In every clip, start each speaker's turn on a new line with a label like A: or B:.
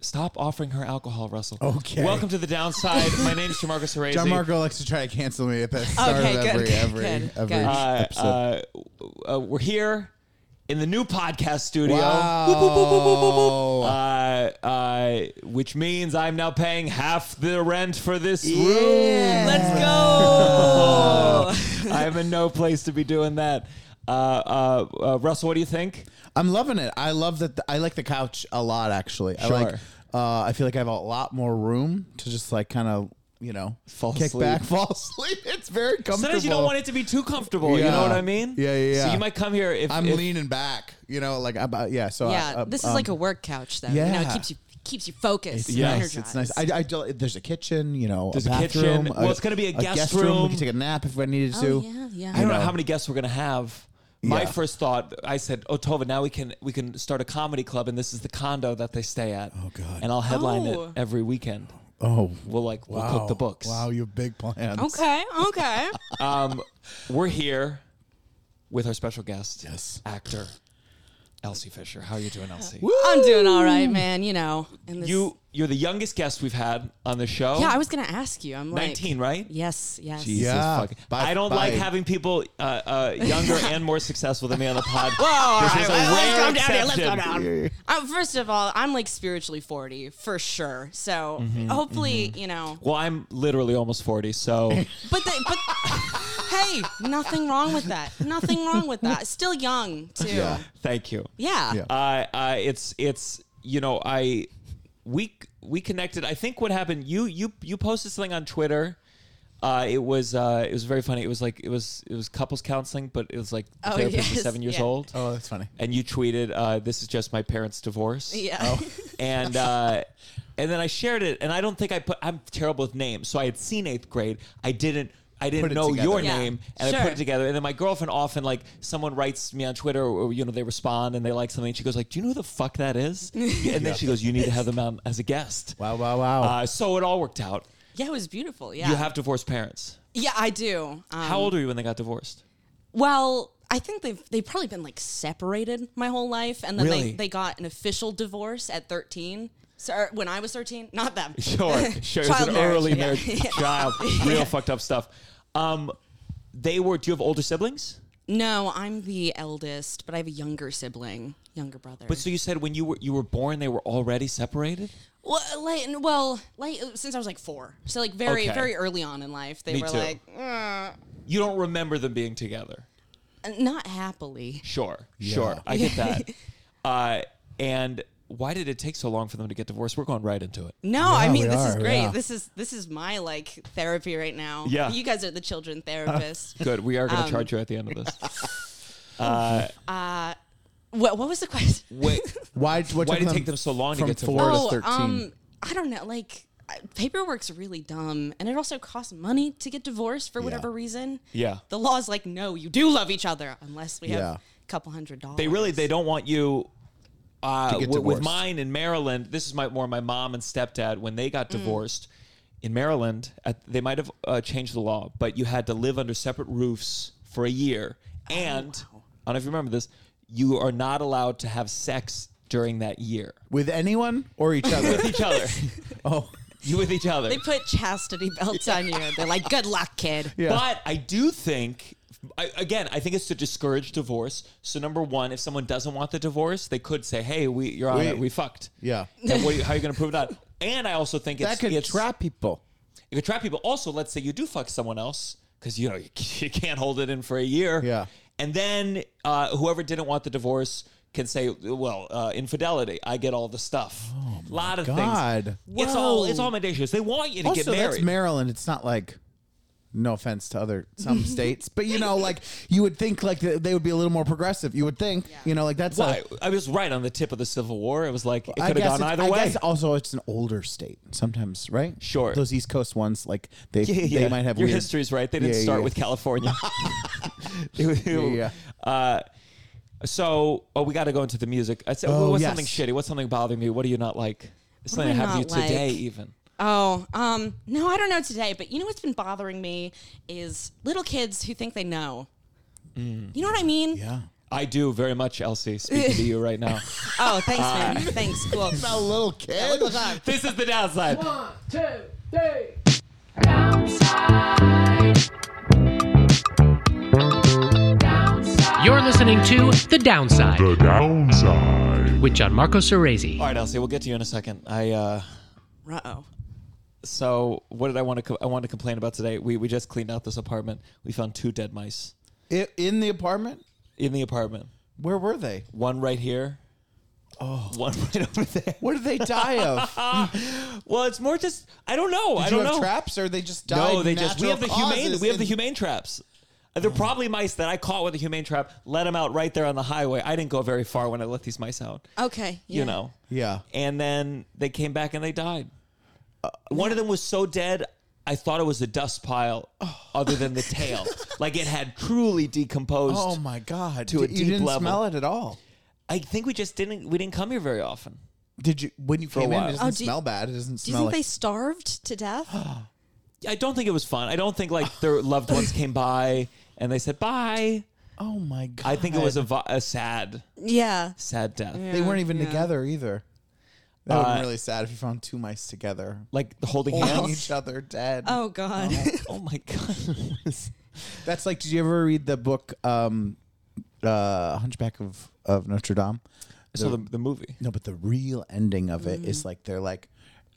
A: Stop offering her alcohol, Russell.
B: Okay.
A: Welcome to the downside. My name's Jamarcus Arese.
B: John Marco likes to try to cancel me at the start
C: Okay,
B: of
C: good,
B: every
C: good,
B: every
C: good,
B: every
C: good.
A: uh,
B: episode.
A: uh, uh, we're here in the new podcast studio.
B: wow.
A: Uh, uh, which means I'm now paying half the rent for this
B: Yeah.
C: Let's go.
A: room. I'm in no place to be doing that. Uh, uh, uh, Russell, what do you think?
B: I'm loving it. I love that. I like the couch a lot. Actually, I
A: Sure.
B: like. Uh, I feel like I have a lot more room to just like kind of you know
A: Fall
B: kick
A: asleep.
B: back, fall asleep. It's very comfortable.
A: Sometimes you don't want it to be too comfortable. You
B: Yeah.
A: know what I mean?
B: Yeah, yeah,
A: So
B: yeah.
A: you might come here if
B: I'm
A: if-
B: leaning back. You know, like about yeah. So
C: yeah,
A: uh,
B: I, I-
C: this is
B: um,
C: like a work couch, though. You know,
B: yeah.
C: it keeps you keeps you
B: It's
C: focused. and
A: Yes,
B: nice. It's nice.
C: energized.
B: I, I do, there's a kitchen, you know,
A: There's a
B: a bathroom.
A: kitchen. Well, it's gonna be a guest
B: We
A: room.
B: can take a nap if I needed to.
C: oh yeah, yeah.
A: I don't know
B: know.
A: how many guests we're gonna have. My
B: Yeah.
A: first thought, I said, "Oh, Tova, now we can we can start a comedy club, and this is the condo that they stay at. Oh
B: God.
A: And I'll headline
C: Oh.
A: it every weekend.
B: Oh,
A: We'll like we'll cook the books.
B: Wow, you have big plans.
C: Okay, okay.
A: Um, we're here with our special guest,
B: Yes.
A: actor Elsie Fisher. How are you doing, Elsie?
C: I'm doing all right, man. You know, and this,
A: You you're the youngest guest we've had on the show.
C: Yeah, I was gonna ask you. I'm like
A: 19, right?
C: Yes, yes.
A: Jesus
B: Yeah.
A: fucking-
B: By-
A: I don't
B: by-
A: like having people uh, uh, younger and more successful than me on the pod.
C: all
A: this
C: right,
A: is a
C: let's
A: rare
C: calm down here, let's
A: exception.
C: calm down. Um, first of all, I'm like spiritually 40 for sure. So
A: Mm-hmm,
C: hopefully, you know.
A: Well, I'm literally almost 40, so
C: But they, but hey, nothing wrong with that. Nothing wrong with that. Still young too. Yeah.
B: Yeah.
A: thank you.
C: Yeah.
B: Yeah.
A: Uh, uh, it's it's you know I we we connected. I think what happened you you you posted something on Twitter. Uh, it was uh, it was very funny. It was like it was it was couples counseling, but it was like the
C: Oh,
A: therapist was
C: yes,
A: seven years
C: yeah.
A: old,
B: Oh, that's funny.
A: and you tweeted, uh, "This is just my parents' divorce." Oh. and uh, and then I shared it, and I don't think I put. I'm terrible with names, so I had seen eighth grade. I didn't. I didn't
B: Put it
A: know
B: together.
A: your
C: Yeah,
A: name, and I put
C: sure.
A: it together. And then my girlfriend often like someone writes me on Twitter, or you know they respond and they like something. And she goes like, "Do you know who the fuck that is?" and then she goes, "You need to have them on as a guest."
B: Wow, wow, wow.
A: Uh, so it all worked out.
C: Yeah, it was beautiful. Yeah.
A: You have divorced parents.
C: yeah, I do. Um,
A: How old were you when they got divorced?
C: Well, I think they've they've probably been like separated my whole life, and then
A: Really?
C: they, they got an official divorce at thirteen. So or when I was thirteen, not them.
A: Sure, sure. It was
C: Child
A: an
C: marriage,
A: early
C: yeah.
A: marriage child. Real fucked up stuff. Um, they were. Do you have older siblings?
C: No, I'm the eldest, but I have a younger sibling, younger brother.
A: But so you said when you were you were born, they were already separated.
C: well, like, well, like since I was like four, so like very
A: Okay.
C: very early on in life, they
A: Me
C: were
A: too.
C: like "Uh,
A: You don't remember them being together.
C: "Mm, not happily.
A: Sure, sure, I get that. uh, and why did it take so long for them to get divorced? We're going right into it.
C: No, I mean
B: we
C: this is
B: are,
C: great.
B: yeah.
C: This is this is my like therapy right now.
A: Yeah.
C: you guys are the children therapists.
A: Good. We are going to charge you at the end of this.
C: what what was the question?
A: Wait,
B: why what
A: why
B: took
A: did it take them so long to
B: from
A: get to
B: four
A: work?
B: to 13?
C: Um, I don't know. Like, I- paperwork's really dumb, and it also costs money to get divorced for whatever reason.
A: Yeah.
C: The law's like, no, you do love each other unless we
B: Yeah.
C: have a couple hundred dollars.
A: they really they don't want you. Uh,
B: get
A: wi- with
B: divorced.
A: mine in Maryland, this is my more my mom and stepdad when they got divorced in Maryland. At, they might have uh, changed the law, but you had to live under separate roofs for a year, and I don't know if you remember this. You are not allowed to have sex during that year
B: with anyone or each other?
A: with each other.
B: oh,
A: you with each other.
C: They put chastity belts on you. They're like, good luck, kid.
B: yeah.
A: But I do think, I, again, I think it's to discourage divorce. So number one, if someone doesn't want the divorce, they could say, "Hey, we, you're on
B: We-
A: it. We fucked."
B: yeah.
A: And what, are you- how are you going to prove that? And I also think it's,
B: that could
A: it's
B: trap people.
A: it could trap people. Also, let's say you do fuck someone else because you know you, you can't hold it in for a year.
B: Yeah.
A: And then uh, whoever didn't want the divorce can say, "Well, uh, infidelity. I get all the stuff. a lot of
B: Oh God.
A: things. It's all
C: Whoa.
A: it's all mendacious. They want you to
B: also,
A: get married.
B: that's Maryland. It's not like no offense to other some states, but you know, like you would think like th- they would be a little more progressive. You would think, you know, like that's
A: Why?
B: a,
A: I was right on the tip of the Civil War. It was like it
B: I
A: could have
B: guess
A: gone
B: it's-
A: either
B: I
A: way.
B: guess also it's an older state sometimes, right?
A: Sure.
B: Those East Coast ones, like they
A: Yeah, yeah,
B: they might have
A: your
B: weird
A: history's right. They didn't
B: Yeah,
A: start
B: yeah.
A: with California. It was-
B: Yeah,
A: Uh, so, oh, we got to go into the music. I said,
B: Oh,
A: what's
B: yes.
A: something shitty? What's something bothering you? What do you not like? It's
C: What
A: something that
C: do I
A: happened to you
C: not
A: today,
C: like?
A: even.
C: Oh, um, no, I don't know today, but you know what's been bothering me is little kids who think they know. You know what I mean?
B: Mm. Yeah.
A: I do very much, Elsie. Speaking to you right now.
C: Oh, thanks, man. Thanks. Cool.
B: A little kid.
A: this is the downside.
D: You're listening to The Downside
E: The downside.
D: with Gianmarco Cerezi.
A: All right, Elsie, we'll get to you in a second. I uh,
C: Uh oh.
A: so what did I want to co- I want to complain about today? We we just cleaned out this apartment. We found two dead mice
B: I- In the apartment?
A: in the apartment.
B: Where were they?
A: One right here. Oh, one right over there.
B: What did they die of? Did
A: Well, it's more just I don't know. I don't
B: you have
A: know.
B: traps or they just died?
A: no, they just we
B: natural
A: have the humane
B: causes
A: we have the
B: and- Oh.
A: humane traps. Uh, They're probably mice that I caught with a humane trap. Let them out right there on the highway. I didn't go very far when I let these mice out.
C: Okay.
A: You
C: yeah.
A: know.
B: Yeah. Uh,
A: and then they came back and they died. One of them was so dead, I thought it was a dust pile,
B: Oh.
A: other than the tail. like it had truly decomposed.
B: Oh my god.
A: to a
B: Did- you
A: deep
B: didn't
A: level.
B: smell it at all.
A: I think we just didn't. We didn't come here very often.
B: Did you when you
A: a
B: came in?
A: while.
B: It doesn't
C: Oh, do you-
B: smell bad. It doesn't
C: Do you
B: smell
C: think
B: like
C: they starved to death?
A: I don't think it was fun. I don't think like their loved ones came by and they said bye.
B: Oh my god.
A: I think it was a, vi- a sad,
C: yeah.
A: sad death.
B: They weren't even
C: Yeah.
B: together either. That would have
A: Uh,
B: been really sad if you found two mice together
A: Like holding
B: holding
A: hands.
B: each other dead.
C: Oh God.
A: Oh my god.
B: That's like did you ever read the book um uh Hunchback of of Notre Dame?
A: so the, the movie.
B: No, but the real ending of it is
A: Mm.
B: like they're like,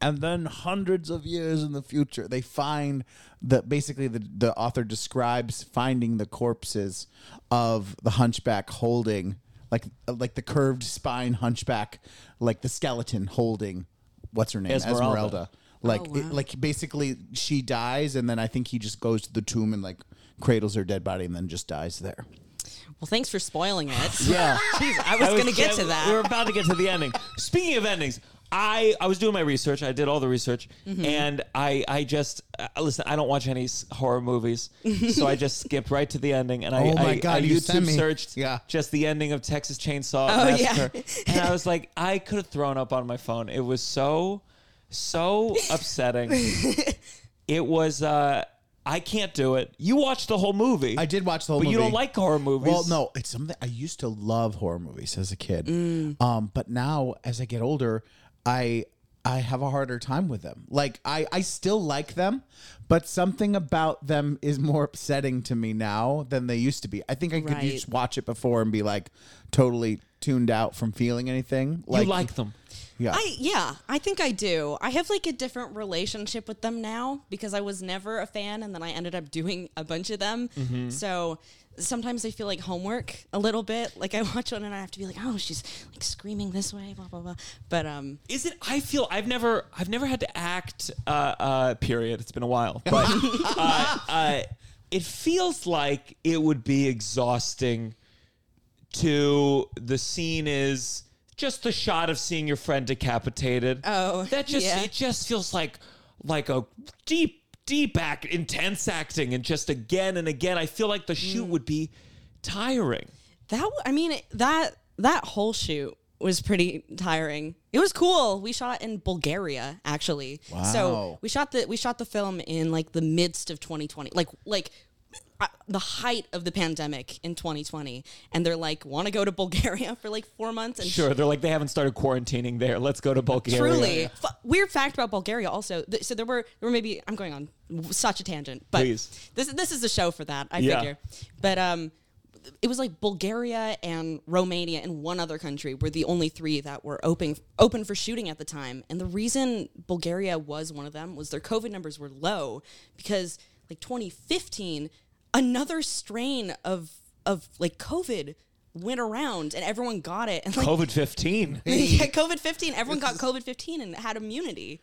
B: and then hundreds of years in the future, they find that basically the, the author describes finding the corpses of the hunchback holding, like like the curved spine hunchback, like the skeleton holding, what's her name,
A: Esmeralda.
B: Like,
C: Oh, wow.
B: it- like basically she dies, and then I think he just goes to the tomb and like cradles her dead body, and then just dies there.
C: Well, thanks for spoiling it.
B: Yeah.
C: Jeez, I was,
A: I was-
C: gonna get
A: yeah,
C: to that.
A: We were about to get to the ending. Speaking of endings, I, I was doing my research. I did all the research,
C: Mm-hmm.
A: and I I just uh, listen. I don't watch any s- horror movies, so I just skipped right to the ending. And I,
B: Oh my
A: I-
B: God,
A: I
B: you
A: YouTube
B: sent me.
A: searched
B: Yeah.
A: just the ending of Texas Chainsaw
C: Oh, yeah.
A: Massacre, and I was like, I could have thrown up on my phone. It was so so upsetting. it was. uh I can't do it. You watched the whole movie.
B: I did watch the whole
A: But
B: movie.
A: you don't like horror movies.
B: Well, no, it's something I used to love horror movies as a kid.
A: Mm.
B: Um, but now as I get older, I I have a harder time with them. Like I I still like them, but something about them is more upsetting to me now than they used to be. I think I could
C: Right.
B: just watch it before and be like totally tuned out from feeling anything.
A: you like them.
B: yeah.
C: I yeah, I think I do. I have like a different relationship with them now because I was never a fan and then I ended up doing a bunch of them. So sometimes they feel like homework a little bit. Like I watch one and I have to be like, "Oh, she's like screaming this way, blah blah blah." But um
A: is it i feel i've never i've never had to act uh uh period it's been a while but uh, uh it feels like it would be exhausting to the scene is just the shot of seeing your friend decapitated
C: Oh,
A: that just
C: yeah.
A: it just feels like like a deep deep act intense acting and just again and again i feel like the
C: Mm.
A: shoot would be tiring
C: that w- I mean that that whole shoot was pretty tiring. It was cool. We shot in Bulgaria actually. So
B: Wow.
C: we shot the we shot the film in like the midst of 2020. Like like uh, the height of the pandemic in 2020 and they're like want to go to Bulgaria for like 4 months and
A: sure they're like they haven't started quarantining there let's go to bulgaria
C: Truly, F- weird fact about Bulgaria. Also, Th- so there were there were maybe I'm going on w- such a tangent, but
A: Please.
C: this this is a show for that. I
A: Yeah.
C: figure, but um, it was like Bulgaria and Romania and one other country were the only three that were open open for shooting at the time. And the reason Bulgaria was one of them was their COVID numbers were low because like 2015, another strain of of like COVID went around and everyone got it and like
A: covid 15
C: yeah, COVID fifteen. Everyone got COVID fifteen and had immunity.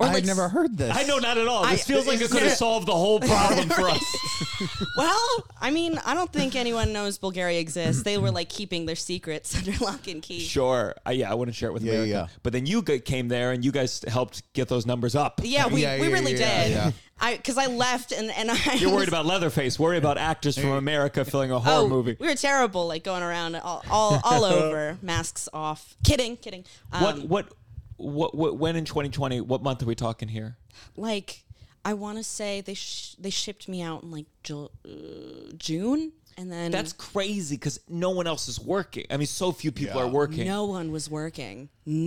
C: Or
B: I've
C: like,
B: never heard this.
A: I know, not at all.
C: I-
A: This feels like it could have
C: Yeah.
A: solved the whole problem for us.
C: Well, I mean, I don't think anyone knows Bulgaria exists. They were like keeping their secrets under lock and key.
A: Sure. I, yeah, I wouldn't share it with
B: Yeah,
A: America.
B: yeah.
A: But then you g- came there and you guys helped get those numbers up.
C: Yeah, we,
B: Yeah,
C: we
B: yeah,
C: really
B: yeah,
C: did.
B: yeah.
C: I because I left and and I.
A: You're
C: was-
A: worried about Leatherface. Worry about actors from America filling a horror
C: Oh,
A: movie.
C: we were terrible, like going around all all, all over, masks off. Kidding, kidding. Um,
A: What, what, what, what, when in 2020, what month are we talking here?
C: Like I want to say they sh- they shipped me out in like Ju- uh, June. And then
A: That's crazy because no one else is working. I mean, so few people
B: Yeah.
A: are working.
C: no one was working.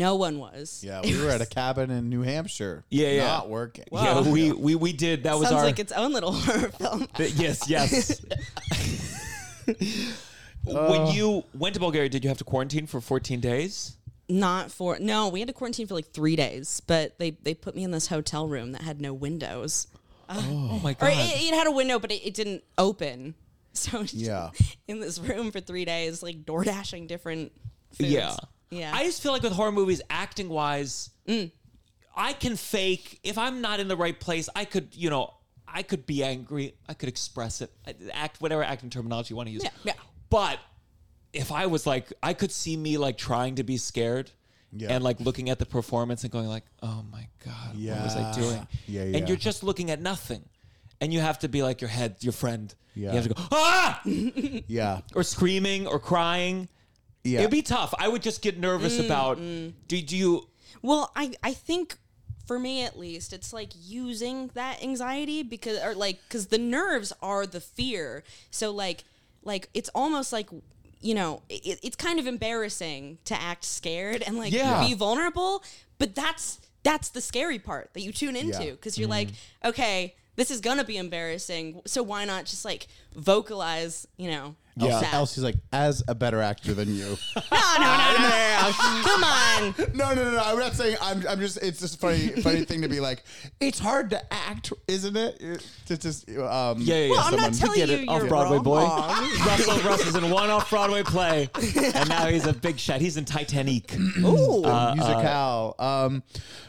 C: No one was.
B: Yeah, we were at a cabin in New Hampshire.
A: Yeah, yeah.
B: Not working.
A: Yeah, we, we we did. That was
C: Sounds
A: our.
C: like its own little horror film.
A: th- yes, yes.
B: Uh.
A: when you went to Bulgaria, did you have to quarantine for 14 days?
C: Not for no, we had to quarantine for like three days, but they they put me in this hotel room that had no windows.
A: Oh my
C: Or
A: god!
C: it, it had a window, but it, it didn't open. So
B: Yeah.
C: in this room for three days, like door dashing different. Foods.
A: yeah,
C: yeah. Mm.
A: I just feel like with horror movies, acting wise, I can fake. If I'm not in the right place, I could, you know, I could be angry. I could express it. I- Act whatever acting terminology you want to use.
C: Yeah, yeah.
A: But if I was like, I could see me like trying to be scared.
B: Yeah.
A: And like looking at the performance and going like, "Oh my god, what was I
B: Yeah.
A: doing?"
B: Yeah, yeah.
A: And you're just looking at nothing, and you have to be like your head, your friend.
B: Yeah.
A: You have to go, "Ah!"
B: Yeah.
A: or screaming or crying.
B: Yeah.
A: It'd be tough. I would just get
C: Mm,
A: nervous about. Do, do you?
C: Well, I I think for me at least, it's like using that anxiety because or like because the nerves are the fear. So like like it's almost like you know it, it's kind of embarrassing to act scared and like
A: Yeah.
C: be vulnerable, but that's that's the scary part that you tune into
B: Yeah.
C: because you're
A: Mm-hmm.
C: like okay. This is gonna be embarrassing, so why not just like vocalize, you know?
B: Yeah.
C: that?
B: Elsie's like, as a better actor than you.
C: No, no, no, no, no, no! Come on,
B: No, no, no, no. I'm not saying. I'm. I'm just. It's just funny, funny thing to be like. It's hard to act, isn't it? It- To just.
A: Yeah,
B: Um,
A: yeah, yeah.
C: Well, I'm not
A: Someone-
C: telling
A: get
C: you
A: it,
C: you're
A: off Broadway
C: wrong.
A: boy. Russell Russell's in one off Broadway play, and now he's a big shot. He's in Titanic.
B: Ooh, musical. um,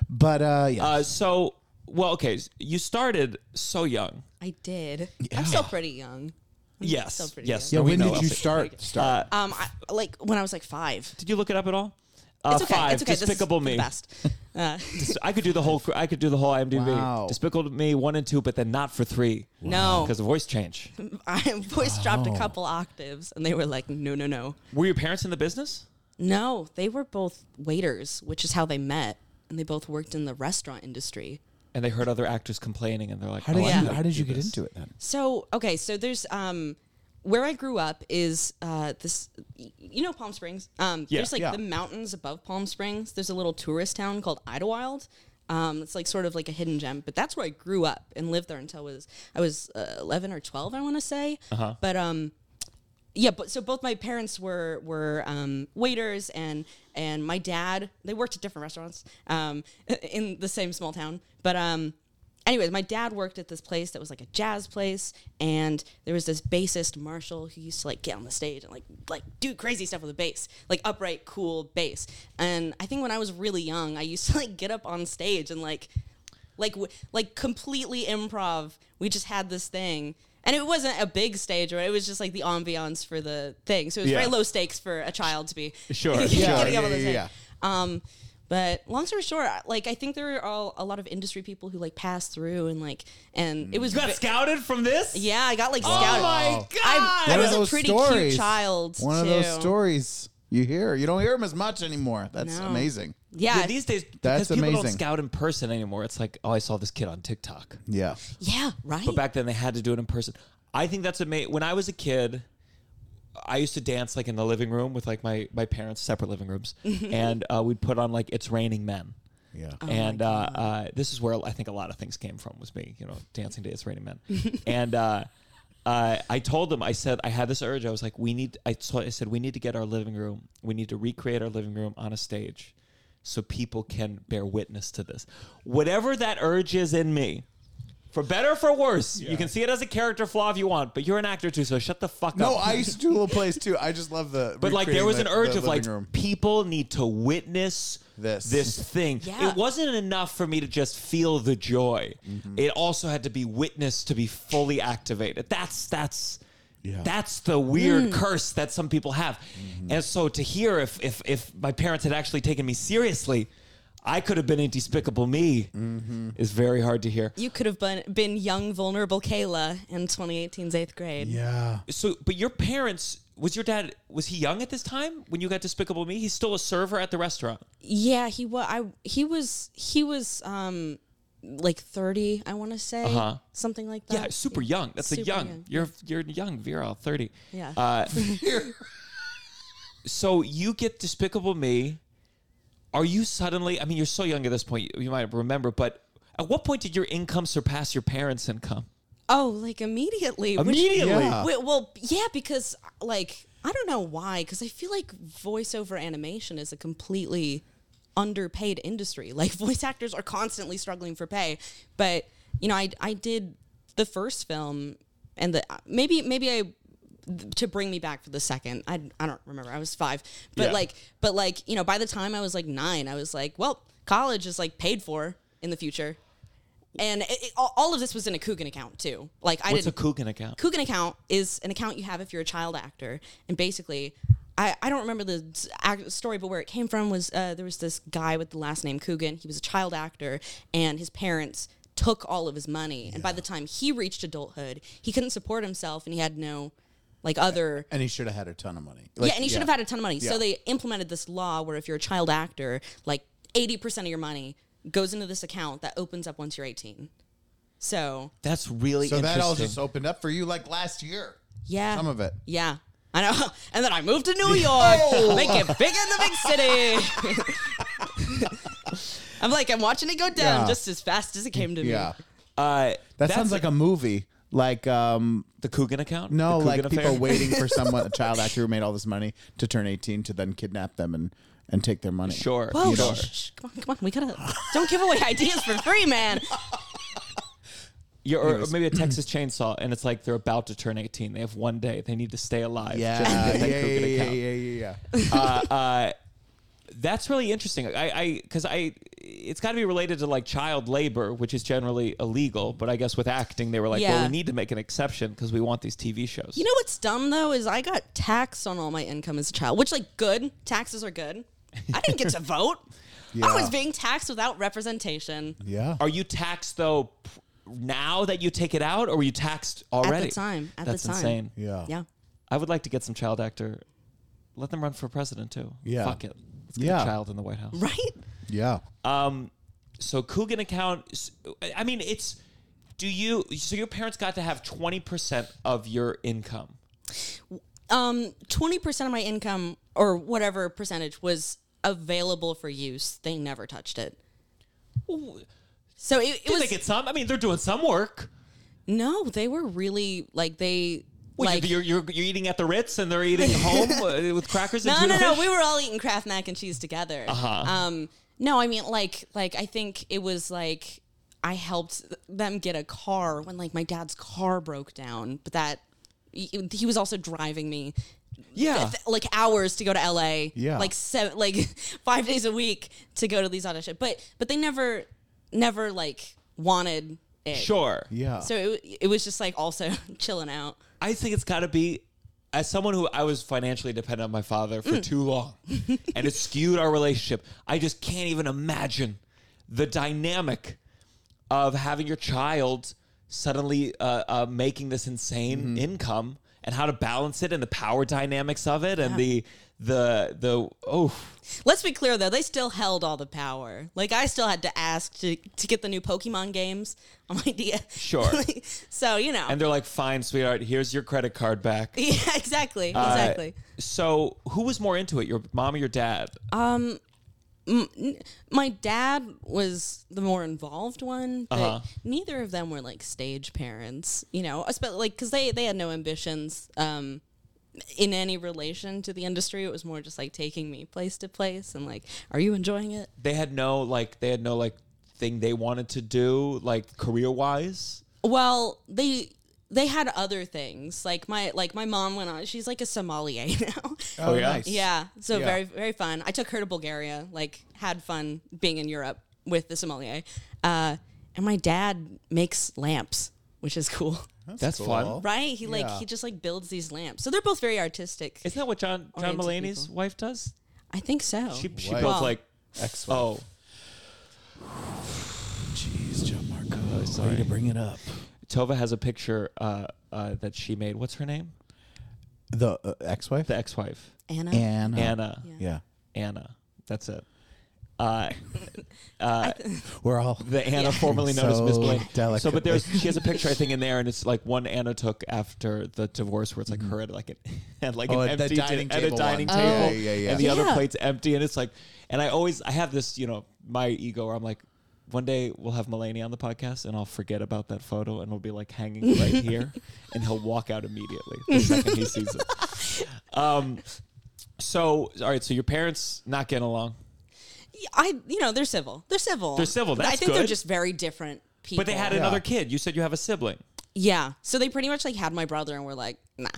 B: but uh, yeah.
A: Uh, so, well, okay. s- You started so young.
C: I did. I'm still pretty young.
A: Yes,
C: so pretty
A: yes.
B: yeah.
A: no, we
B: When
A: know,
B: did you
A: Elsie.
B: start? Start.
C: Um, I, like when I was like five.
A: Did you look it up at all? Uh,
C: it's okay.
A: Five.
C: it's okay. This is
A: Despicable
C: the
A: Me.
C: best. Uh,
A: Dis- I could do the whole. I could do the whole IMDb.
B: Wow.
A: Despicable Me one and two, but then not for three.
C: No. Mm.
A: because the voice change.
C: Um, I voice dropped a couple octaves, and they were like, "No, no, no,
A: Were your parents in the business?
C: no." They were both waiters, which is how they met, and they both worked in the restaurant industry.
A: and they heard other actors complaining, and they're like,
B: how did
A: "Oh, I
C: yeah.
B: you?
A: wanna
B: How did you
A: do
B: get
A: this."
B: into it then?
C: So okay, so there's um, where I grew up is uh this, y- you know, Palm Springs. Um,
A: Yeah.
C: there's like
B: Yeah.
C: the mountains above Palm Springs. There's a little tourist town called Idlewild. Um, it's like sort of like a hidden gem, but that's where I grew up and lived there until I was I was uh, 11 or 12, I want to say. But um, yeah, but so both my parents were were um, waiters, and and my dad they worked at different restaurants um, in the same small town. But um, anyways, my dad worked at this place that was like a jazz place, and there was this bassist Marshall who used to like get on the stage and like like do crazy stuff with a bass, like upright, cool bass. And I think when I was really young, I used to like get up on stage and like like w- like completely improv. We just had this thing, and it wasn't a big stage, right? It was just like the ambiance for the thing. So it was
A: Yeah.
C: very low stakes for a child to be
A: Sure,
C: getting
A: sure.
C: up on
B: Yeah,
C: the
B: yeah,
C: stage.
B: yeah.
C: Um, but long story short, I- like I think there are all, a lot of industry people who like passed through and like and it was
A: You got
C: ve-
A: scouted from this?
C: yeah, I got like
A: Oh
C: scouted.
A: my god!
C: I, I
B: One
C: was
B: of
C: a
B: those
C: pretty
B: stories.
C: cute child.
B: One
C: too.
B: of those stories you hear. You don't hear them as much anymore. That's
C: No.
B: amazing.
C: Yeah,
A: Yeah, these days, because
B: That's
A: people don't
B: amazing.
A: scout in person anymore. It's like, oh, I saw this kid on TikTok.
B: Yeah.
C: yeah, right.
A: But back then, they had to do it in person. I think that's amazing. When I was a kid, I used to dance like in the living room with like my my parents, separate living rooms, and uh, we'd put on like "It's Raining Men."
B: Yeah.
A: and uh, uh, this is where I think a lot of things came from was me, you know, dancing to "It's Raining Men," and uh, uh, I told them I said I had this urge. I was like, we need. I, so I said we need to get our living room. We need to recreate our living room on a stage, so people can bear witness to this. Whatever that urge is in me. For better or for worse, you can see it as a character flaw if you want, but you're an actor too, so shut the fuck
B: No,
A: up.
B: I used to do little plays too. I just love the.
A: But like there
B: recreating
A: was an
B: the-
A: urge
B: the
A: of like
B: living room.
A: people need to witness
B: This.
A: thing.
C: Yeah.
A: It wasn't enough for me to just feel the joy.
B: Mm-hmm.
A: It also had to be witnessed to be fully activated. That's that's
B: Yeah. Mm-hmm.
A: that's the weird curse that some people have. And so to hear if if if my parents had actually taken me seriously, I could have been in Despicable Me
B: Mm-hmm.
A: is very hard to hear.
C: you could have been been young, vulnerable Kayla in 2018's eighth grade.
B: Yeah.
A: So but your parents was your dad was he young at this time when you got Despicable Me? He's still a server at the restaurant.
C: Yeah, he was. I he was he was um like 30, I want to say.
A: Uh-huh.
C: Something like that.
A: Yeah, super young. That's a
C: Super
A: young.
C: young.
A: You're you're young, Vera, thirty.
C: Yeah.
A: Uh, so you get Despicable Me. Are you suddenly? I mean, you're so young at this point. You, you might remember, but at what point did your income surpass your parents' income?
C: Oh, like immediately. which-
A: Immediately.
B: Yeah.
C: Wait, well, yeah, because like I don't know why, because I feel like voiceover animation is a completely underpaid industry. Like voice actors are constantly struggling for pay. But you know, I I did the first film, and the maybe maybe I to bring me back for the second. I I don't remember. I was five, but
A: Yeah.
C: like but like you know, by the time I was like nine, I was like, well, college is like paid for in the future. And it, it- all all of this was in a Coogan account too. Like I
A: What's a
C: didn't
A: Coogan account?
C: Coogan account is an account you have if you're a child actor, and basically, I, I don't remember the s- ac- story, but where it came from was uh, there was this guy with the last name Coogan. He was a child actor, and his parents took all of his money. And by the time he reached adulthood, he couldn't support himself, and he had no like other
B: And he should have had a ton of money.
C: yeah, and he should have had a ton of money.
B: Yeah.
C: So they implemented this law where if you're a child actor, like 80% of your money goes into this account that opens up once you're 18. So,
A: That's really
B: So
A: interesting.
B: that all just opened up for you like last year.
C: yeah.
B: Some of it.
C: Yeah. I know. And then I moved to New York.
B: Oh.
C: Make it big in the big city. I'm like, I'm watching it go down
B: Yeah.
C: just as fast as it came to me.
B: Yeah.
A: uh,
B: That sounds like a movie. Like um
A: the Coogan account.
B: no,
A: The
B: like
A: Coogan
B: people
A: affair?
B: waiting for someone a child actor who made all this money to turn 18 to then kidnap them and and take their money.
A: Sure.
C: Whoa,
A: sure.
C: shh, shh, shh. come on, come on. We gotta don't give away ideas for free, man.
A: You're, or maybe a Texas chainsaw, and it's like they're about to turn 18. They have one day. They need to stay alive.
B: Yeah,
A: just to get
B: yeah,
A: that
B: yeah,
A: Coogan
B: yeah,
A: account.
B: yeah, yeah, yeah.
A: That's really interesting. I, I, because I, it's got to be related to like child labor, which is generally illegal. But I guess with acting, they were like, well,
C: Yeah.
A: we need to make an exception because we want these TV shows.
C: You know what's dumb though is I got taxed on all my income as a child, which like good taxes are good. I didn't get to vote. I was
B: Yeah.
C: being taxed without representation
B: yeah.
A: are you taxed though p- now that you take it out, or were you taxed already?
C: at the time. At
A: That's
C: the time,
A: insane.
B: Yeah.
C: yeah.
A: I would like to get some child actor. Let them run for president too.
B: Yeah.
A: Fuck it. Let's get
B: Yeah.
A: a child in the White House.
C: right?
B: Yeah.
A: Uh, so Coogan account. s- I mean, it's. Do you? So your parents got to have twenty percent of your income.
C: Um, twenty percent of my income or whatever percentage was available for use. They never touched it. So it, it
A: Did
C: was
A: they get some? I mean, they're doing some work.
C: no. They were really like they
A: Well,
C: like
A: you're, you're you're eating at the Ritz and they're eating home uh, with crackers.
C: No,
A: and
C: no, no.
A: tuna
C: We
A: fish?
C: were all eating Kraft mac and cheese together. Um, no, I mean, like, like I think it was like I helped them get a car when like my dad's car broke down, but that he, he was also driving me
A: yeah.
C: th- like hours to go to LA.
B: Yeah.
C: like seven, like five days a week to go to these auditions. But but they never, never like wanted it.
A: Sure.
B: Yeah.
C: So it, it was just like also chilling out.
A: I think it's got to be. As someone who I was financially dependent on my father
C: Mm.
A: for too long, and it skewed our relationship, I just can't even imagine the dynamic of having your child suddenly uh, uh, making this insane income and how to balance it and the power dynamics of it and the the the oh
C: Let's be clear though, they still held all the power. Like I still had to ask to, to get the new Pokemon games on my DS.
A: Sure.
C: Like, so you know.
A: and they're like fine sweetheart here's your credit card back
C: yeah, exactly,
A: Uh,
C: exactly.
A: so who was more into it your mom or your dad
C: Uh. My dad was the more involved one, but
A: Uh-huh.
C: neither of them were like stage parents. You know, especially like because they they had no ambitions um, in any relation to the industry. It was more just like taking me place to place and like, are you enjoying it?
A: they had no like they had no like thing they wanted to do like career wise
C: Well, they they had other things. Like my like my mom went on. She's like a sommelier now.
B: oh,
A: yeah.
B: nice.
C: yeah, so
B: Yeah.
C: very very fun. I took her to Bulgaria. Like had fun being in Europe with the sommelier. Uh, and my dad makes lamps, which is cool,
A: that's, fun
B: cool.
C: right? He like
B: Yeah.
C: he just like builds these lamps. So they're both very artistic.
A: isn't that what john john
C: Oriented
A: mullaney's
C: people.
A: wife does
C: I think so.
A: she, she
B: Oh, Wife.
A: built
C: Wow.
A: like
B: Excellent.
A: oh
B: Jeez, John Marco. sorry to bring it up.
A: tova has a picture uh, uh, that she made what's her name
B: The uh, ex-wife?
A: the ex-wife
B: Uh-huh.
C: Anna.
B: Anna.
A: anna
B: Yeah.
A: anna that's it Uh,
B: We're all
A: the Anna formerly known as Miss
B: So
A: Blaine. So,
B: delicately.
A: but there's she has a picture I think in there, and it's like one Anna took after the divorce, where it's like her at like an at like
B: Mm-hmm. Oh,
A: an
B: at the
A: empty di-
B: dining
A: at a
B: table
A: dining
B: one.
A: table,
B: Yeah, yeah, yeah.
A: and the other
C: Yeah.
A: plate's empty, and it's like, and I always I have this you know my ego where I'm like. One day we'll have Mulaney on the podcast, and I'll forget about that photo, and it'll be like hanging right here, and he'll walk out immediately the second he sees it. Um, so, all right, so your parents not getting along,
C: I, you know, they're civil. They're civil.
A: They're civil,
C: But I
A: that's
C: think they're
A: good.
C: just very different people.
A: but they had another kid. You said you have a sibling.
C: yeah. So they pretty much like had my brother and were like, nah,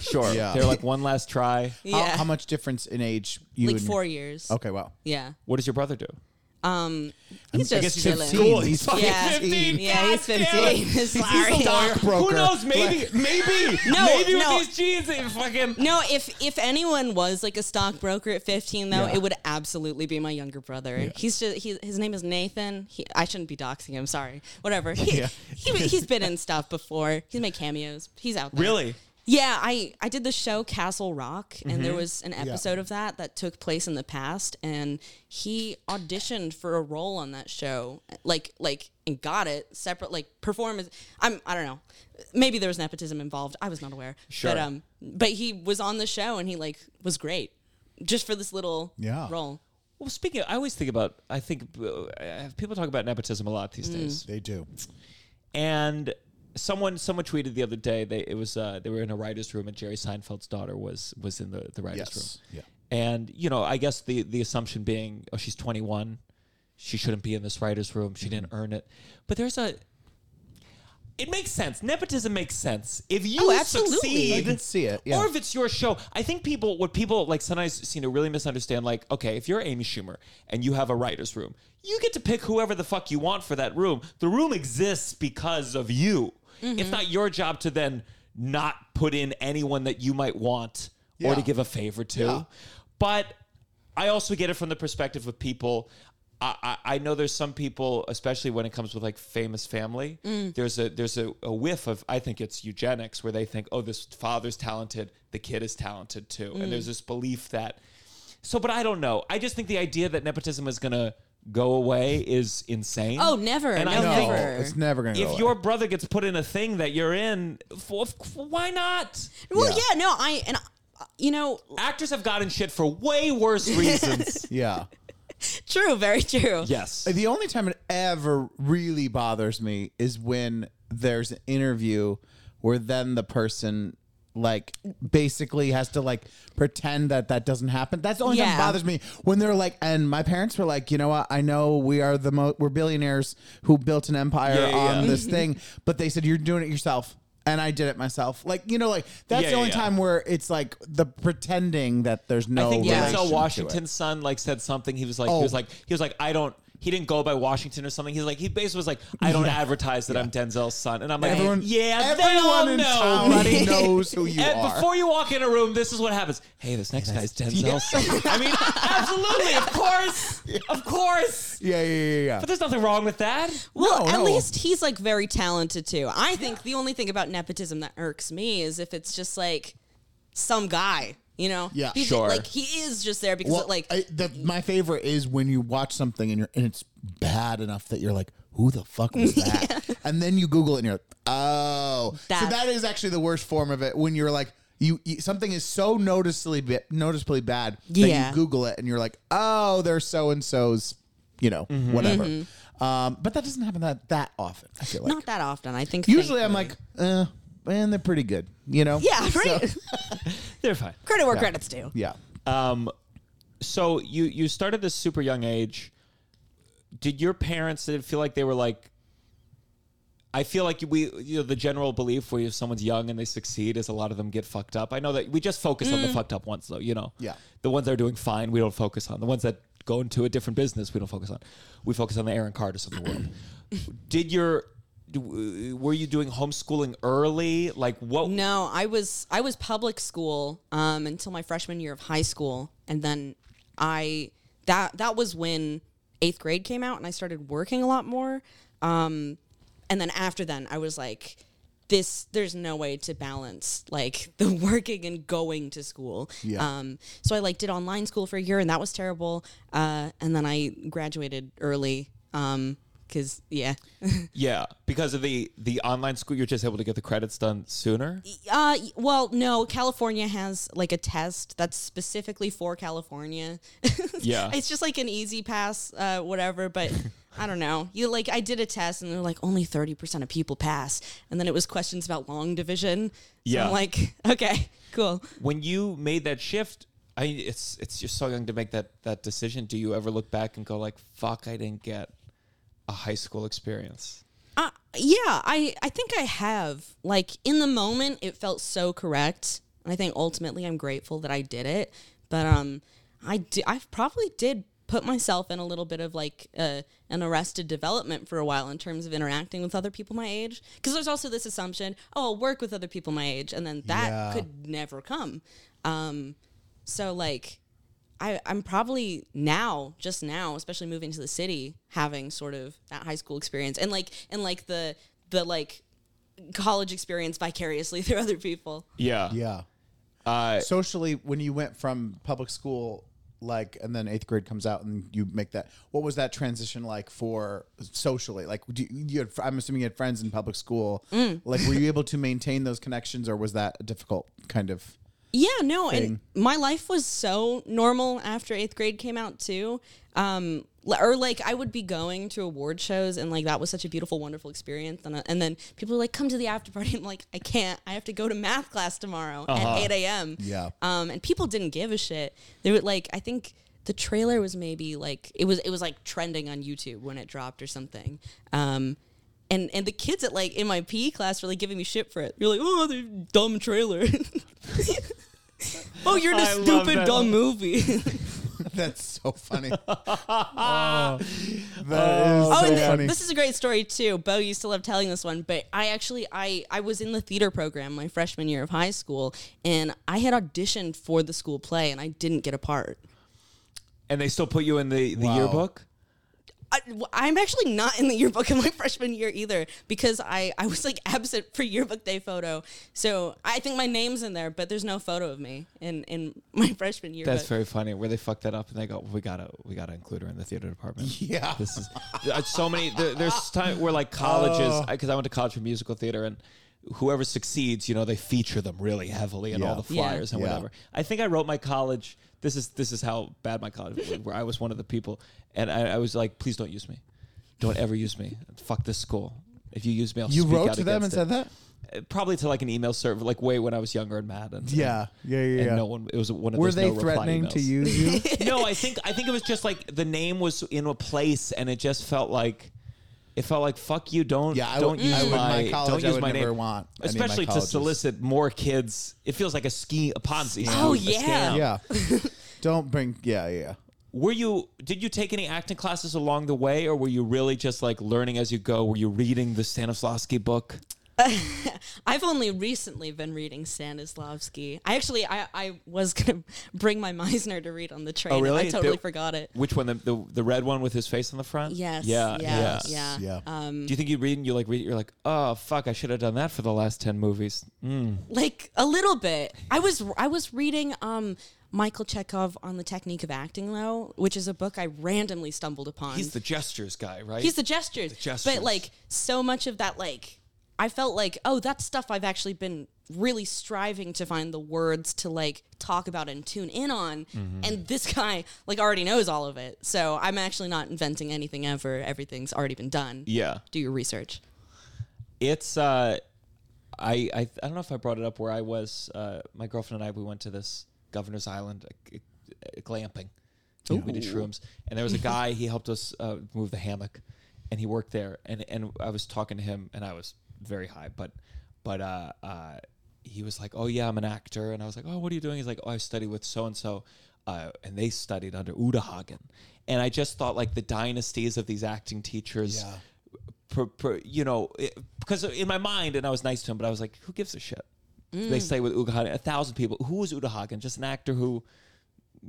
A: Sure.
B: Yeah.
A: They're like one last try.
B: how,
C: Yeah.
B: how much difference in age you
C: like
B: and
C: four years.
B: Okay, wow.
C: Yeah.
A: What does your brother do?
C: Um, he's
B: I
C: just
B: guess he's
C: chilling.
B: 15.
A: He's fucking
C: Yeah.
A: 15.
C: Yeah, he's
A: God damn it.
C: 15. Sorry.
A: Who
B: Broker.
A: knows? Maybe, maybe,
C: No,
A: maybe
C: no.
A: with these jeans, they fucking.
C: No, if if anyone was like a stockbroker at 15, though, it would absolutely be my younger brother. He's just he, his name is Nathan. He, I shouldn't be doxing him. Sorry, whatever. He, he, he's been in stuff before. He's made cameos. He's out there.
A: Really?
C: Yeah, I I did the show Castle Rock, and
B: Mm-hmm.
C: there was an episode of that that took place in the past, and he auditioned for a role on that show, like like and got it separate, like performance. I'm I don't know, maybe there was nepotism involved. I was not aware.
A: Sure.
C: but um, but he was on the show, and he like was great, just for this little
B: Yeah.
C: role.
A: Well, speaking, of, I always think about. I think uh, people talk about nepotism a lot these
C: Mm.
A: days,
B: They do.
A: and someone someone tweeted the other day. They it was uh, they were in a writers' room, and Jerry Seinfeld's daughter was was in the the writers'
B: Yes.
A: room.
B: Yeah.
A: And you know, I guess the the assumption being, oh, she's 21, she shouldn't be in this writers' room. She didn't earn it. But there's a. It makes sense. Nepotism makes sense. If you
C: Oh, absolutely.
B: I
A: succeed,
B: can see it, yeah.
A: or if it's your show, I think people what people like sometimes seem to really misunderstand. Like, okay, if you're Amy Schumer and you have a writers' room, you get to pick whoever the fuck you want for that room. The room exists because of you.
B: Mm-hmm.
A: It's not your job to then not put in anyone that you might want or to
B: Yeah.
A: give a favor to. But I also get it from the perspective of people. I, I, I know there's some people, especially when it comes with like famous family. There's a there's a, a whiff of I think it's eugenics where they think oh this father's talented, the kid is talented too, and there's this belief that. So, but I don't know. I just think the idea that nepotism is gonna go away is insane.
C: Oh, never,
A: And
C: no,
A: I think
C: never.
B: It's never gonna. go
A: if
B: away.
A: your brother gets put in a thing that you're in, for, why not?
C: Well,
B: Yeah.
C: yeah, no, I and I, you know,
A: Actors have gotten shit for way worse reasons.
B: yeah.
C: true, very true.
A: yes.
B: The only time it ever really bothers me is when there's an interview where then the person like basically has to like pretend that that doesn't happen. That's the only time
C: Yeah.
B: it bothers me when they're like, and my parents were like, you know what? I know we are the mo- we're billionaires who built an empire
A: Yeah, yeah,
B: on
A: yeah.
B: this thing, but they said you're doing it yourself. And I did it myself. Like you know, like that's
A: Yeah,
B: the
A: yeah,
B: only
A: yeah.
B: time where it's like the pretending that there's no.
A: I think
C: yeah.
B: relation to
A: Denzel
B: it.
A: Washington's son like said something. He was like,
B: Oh.
A: he was like, he was like, I don't. He didn't go by Washington or something. He's like, he basically was like, I don't advertise that I'm Denzel's son. And I'm like,
B: Everyone,
A: yeah, they all
B: everyone in
A: know.
B: town
A: buddy.
B: knows who you
A: And
B: are.
A: before you walk in a room, this is what happens. Hey, this next guy's Denzel's son. I mean, absolutely, of course, of course.
B: yeah, yeah, yeah, yeah.
A: But there's nothing wrong with that.
C: Well,
B: No,
C: at
B: no.
C: least he's like very talented too. I think the only thing about nepotism that irks me is if it's just like some guy, you know?
B: Yeah,
C: He's,
A: sure.
C: Like he is just there because
B: Well,
C: like
B: I, the, my favorite is when you watch something and you're and it's bad enough that you're like, who the fuck was that? And then you Google it and you're like, oh, so
C: That-
B: that is actually the worst form of it when you're like. You, you, something is so noticeably ba- noticeably bad that
C: Yeah.
B: you Google it and you're like, oh, they're so and so's, you know,
A: Mm-hmm.
B: whatever. Um, but that doesn't happen that that often. I feel like
C: not that often. I think
B: usually I'm
C: thankfully.
B: like, uh, man, they're pretty good, you know.
C: Yeah,
B: So-
C: right.
A: They're fine.
C: credit where credit's due.
B: yeah.
A: Um, so you you started this super young age. Did your parents did it feel like they were like? I feel like we you know the general belief where if someone's young and they succeed is a lot of them get fucked up. I know that we just focus on the
C: Mm.
A: fucked up ones though. You know,
B: Yeah.
A: the ones that are doing fine we don't focus on. The ones that go into a different business we don't focus on. We focus on the Aaron Carters of the world. did your do- were you doing homeschooling early? Like what?
C: No, I was I was public school um, until my freshman year of high school, and then I that that was when eighth grade came out, and I started working a lot more. Um, and then after then, I was like, this there's no way to balance like the working and going to school.
B: Yeah.
C: Um, so I like did online school for a year and that was terrible. Uh, and then I graduated early. Um, cause yeah,
A: Yeah, because of the the online school, you're just able to get the credits done sooner.
C: Uh, y- well, no. California has like a test that's specifically for California.
A: Yeah.
C: it's just like an easy pass, uh, whatever. But I don't know. You like I did a test and they're like only thirty percent of people pass, and then it was questions about long division. So
A: Yeah.
C: I'm like, okay, cool.
A: When you made that shift, I mean, it's it's you're so young to make that that decision. Do you ever look back and go like, "Fuck, I didn't get a high school experience"?
C: Uh, yeah, I, I think I have. Like in the moment, it felt so correct, and I think ultimately I'm grateful that I did it. But um, I di- I probably did put myself in a little bit of like uh, an arrested development for a while in terms of interacting with other people my age. Because there's also this assumption, oh, I'll work with other people my age, and then that
B: Yeah.
C: could never come. Um, so like I, I'm probably now, just now, especially moving to the city, having sort of that high school experience and like and like the the like college experience vicariously through other people.
A: Yeah,
B: Yeah.
A: Uh,
B: Socially, when you went from public school, like, and then eighth grade comes out, and you make that. What was that transition like for socially? Like, do you, you had, I'm assuming you had friends in public school.
A: Mm.
B: Like, were you able to maintain those connections, or was that a difficult kind of?
C: Yeah, no, and my life was so normal after eighth grade came out too. Um, l- or like I would be going to award shows, and like that was such a beautiful, wonderful experience. And, I- and then people were like, "Come to the after party." I'm like, "I can't. I have to go to math class tomorrow at eight a.m."
B: Yeah.
C: Um, and people didn't give a shit. They were like, I think the trailer was maybe like it was it was like trending on YouTube when it dropped or something. Um, and and the kids at like in my PE class were like giving me shit for it. You're like, oh, the dumb trailer. oh, you're in a
A: I love
C: stupid
A: that.
C: dumb movie.
B: That's so funny.
C: oh,
B: oh,
C: and
B: so
C: th-
B: funny.
C: this is a great story too. Bo used to love telling this one, but I actually I I was in the theater program my freshman year of high school, and I had auditioned for the school play, and I didn't get a part.
A: and they still put you in the the
B: Wow.
A: yearbook.
C: I, am actually not in the yearbook of my freshman year either because I, I was like absent for yearbook day photo. So I think my name's in there, but there's no photo of me in, in my freshman year.
A: That's very funny. Where they fucked that up, and they go, "We gotta, we gotta include her in the theater department."
B: Yeah.
A: this is uh, so many. There, there's time where like
B: Oh.
A: colleges, because I went to college for musical theater, and whoever succeeds, you know, they feature them really heavily in
B: Yeah.
A: all the
C: Yeah.
A: flyers and
B: Yeah.
A: whatever. I think I wrote my college. This is this is how bad my college was. Where I was one of the people, and I, I was like, "Please don't use me. Don't ever use me. Fuck this school." If you use me, I'll
B: you
A: speak
B: wrote
A: out
B: to them and
A: against it."
B: said that.
A: Uh, probably to like an email server, like way when I was younger and mad, and
B: Yeah. Yeah, yeah,
A: and
B: yeah.
A: no one. It was one of
B: Were
A: those
B: they
A: no reply
B: threatening to
A: emails
B: use you?
A: no, I think I think it was just like the name was in a place, and it just felt like it felt like fuck you. Don't
B: Yeah, I
A: don't
B: would-
A: use
B: I would-
A: my,
B: my college,
A: don't
B: I
A: use
B: would
A: my
B: never
A: name.
B: want any of my
A: especially to
B: colleges.
A: solicit more kids. It feels like a scheme, a Ponzi. scheme,
C: Oh,
A: a
C: yeah.
A: scam.
B: yeah. Don't bring. Yeah, yeah.
A: Were you? Did you take any acting classes along the way, or were you really just like learning as you go? Were you reading the Stanislavski book?
C: I've only recently been reading Stanislavski. I actually, I, I was going to bring my Meisner to read on the train. and I
A: Oh, really?
C: totally
A: There-
C: forgot it.
A: Which one? The, the the red one with his face on the front.
C: Yes.
A: Yeah.
C: Yeah.
A: Yeah.
C: Yeah.
B: Yeah.
A: Do you think you read and you like read? it, You're like, oh fuck, I should have done that for the last ten movies.
C: like a little bit. I was I was reading um Michael Chekhov on the technique of acting though, which is a book I randomly stumbled upon.
A: He's the gestures guy, right?
C: He's the gestures.
A: gestures.
C: But like so much of that like I felt like, oh, that's stuff I've actually been really striving to find the words to like talk about and tune in on. And this guy like already knows all of it. So I'm actually not inventing anything ever. Everything's already been done.
A: yeah.
C: Do your research.
A: it's uh I, I i don't know if i brought it up where i was uh my girlfriend and i we went to this governor's island uh, g- uh, glamping we did shrooms and there was a guy he helped us uh, move the hammock and he worked there and and i was talking to him and i was very high but but uh uh he was like, "Oh yeah, I'm an actor," and I was like, "Oh, what are you doing?" He's like, "Oh, I study with so and so, and they studied under Uta Hagen," and I just thought like the dynasties of these acting teachers, pr- pr- you know, it- because in my mind, and I was nice to him, but I was like, who gives a shit? They stay with Uta Hagen, a thousand people. Who was Uta Hagen? Just an actor who,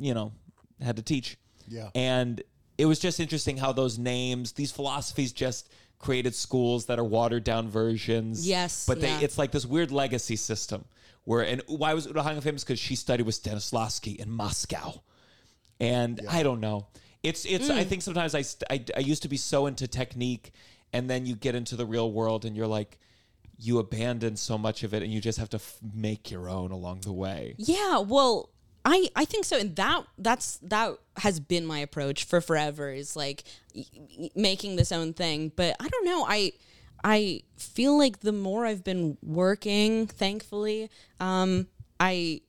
A: you know, had to teach.
B: Yeah.
A: And it was just interesting how those names, these philosophies, just created schools that are watered down versions.
C: Yes,
A: but they
C: yeah.
A: it's like this weird legacy system where and why was Udahanga famous? Because she studied with Stanislavski in Moscow, and I don't know. It's it's.
B: Mm.
A: I think sometimes I, st- I I used to be so into technique, and then you get into the real world, and you're like. You abandon so much of it, and you just have to f- make your own along the way.
C: Yeah, well, I I think so, and that that's that has been my approach for forever is like y- y- making this own thing. But I don't know, I I feel like the more I've been working, thankfully, um, I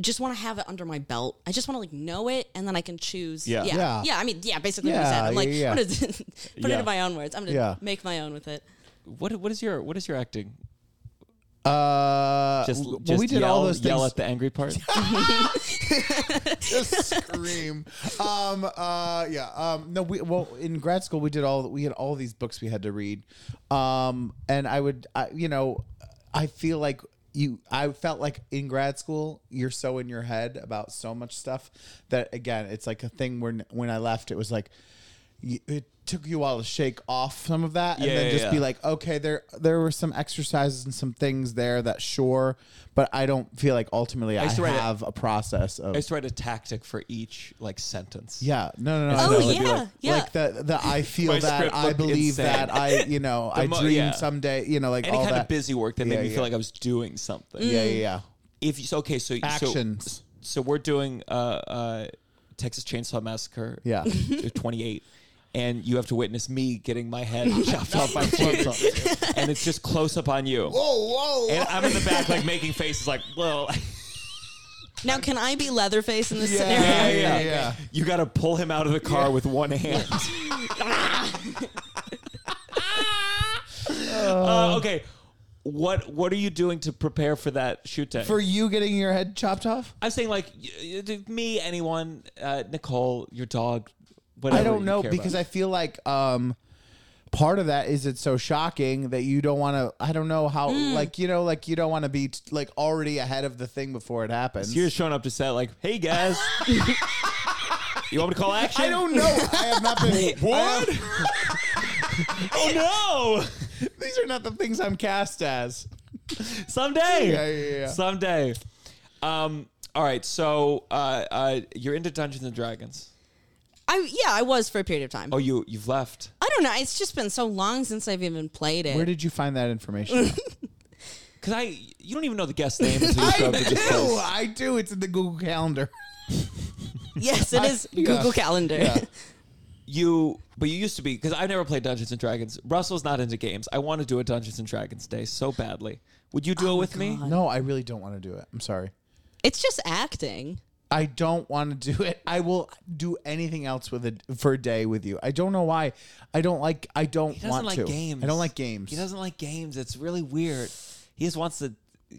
C: just want to have it under my belt. I just want to like know it, and then I can choose.
A: Yeah.
C: yeah,
B: Yeah.
C: Yeah, I mean, yeah, basically what I
B: Yeah,
C: said. I'm like,
B: yeah, yeah.
C: I'm gonna put it
A: Yeah.
C: in my own words. I'm gonna
B: Yeah.
C: make my own with it.
A: What what is your what is your acting?
B: Uh,
A: Just,
B: w-
A: just
B: we did
A: yell,
B: all those
A: yell
B: things.
A: at the angry part.
B: just scream. Um, uh, yeah. Um, no, we well in grad school we did all we had all these books we had to read, um, and I would, I, you know, I feel like you. I felt like in grad school you're so in your head about so much stuff that again it's like a thing when when I left it was like. y- It took you a while to shake off some of that, and
A: Yeah,
B: then
A: yeah,
B: just be
A: yeah.
B: like, okay, there there were some exercises and some things there that sure, but I don't feel like ultimately I,
A: used to write a-
B: have a, process of.
A: I used to write a tactic for each like sentence.
B: Yeah, no, no, no.
A: And
B: no.
A: so
C: Oh,
A: it'd be
C: yeah,
A: like-
C: yeah.
B: Like the the I feel
A: My
B: that
A: script
B: I
A: looked
B: believe
A: insane.
B: that I you know I
A: mo-
B: dream
A: yeah.
B: someday you know like
A: Any
B: all
A: kind
B: that
A: of busy work that
B: Yeah,
A: made me
B: yeah. Mm.
A: feel like I was doing something.
B: yeah yeah yeah
A: If you, so, okay, Mm. so so-
B: Actions.
A: So, we're doing uh, uh, Texas Chainsaw Massacre.
B: Yeah.
A: 28. And you have to witness me getting my head chopped off by a chainsaw, and it's just close up on you.
B: whoa whoa
A: And I'm in the back, like making faces, like, "Well,
C: Now, can I be Leatherface in this
B: yeah
C: scenario?
B: yeah yeah, yeah.
A: you got to pull him out of the car with one hand." uh, okay, what what are you doing to prepare for that shoot day?
B: for you getting your head chopped off
A: I'm saying like y- y- me, anyone, uh, Nicole, your dog, whatever.
B: I don't
A: you
B: know
A: care
B: because
A: about.
B: I feel like um part of that is it's so shocking that you don't want to I don't know how like you know like you don't want to be t- like already ahead of the thing before it happens
A: you're showing up to set like, hey guys, you want me to call action?
B: I don't know I have not been
A: What? oh
B: these are not the things I'm cast as
A: no! Someday,
B: Yeah, yeah, yeah.
A: someday. Um, all right, so uh, uh, you're into Dungeons and Dragons.
C: I yeah, I was for a period of time.
A: Oh, you you've left.
C: I don't know. It's just been so long since I've even played it.
B: where did you find that information
A: Cause I, you don't even know the guest name until you show
B: I
A: up to
B: do.
A: this place.
B: I do. It's in the Google Calendar.
C: yes, it is
B: yeah.
C: Google Calendar.
A: you but you used to be because I never played Dungeons and Dragons. Russell's not into games. I want to do a Dungeons and Dragons day so badly. Would you
B: Oh
A: do it with me?
B: No, I really don't want to do it. I'm sorry.
C: It's just acting.
B: I don't want to do it. I will do anything else with it for a day with you. I don't know why. I don't like. I don't
A: He doesn't
B: want
A: like
B: to.
A: games.
B: I don't like games.
A: He doesn't like games. It's really weird. He just wants to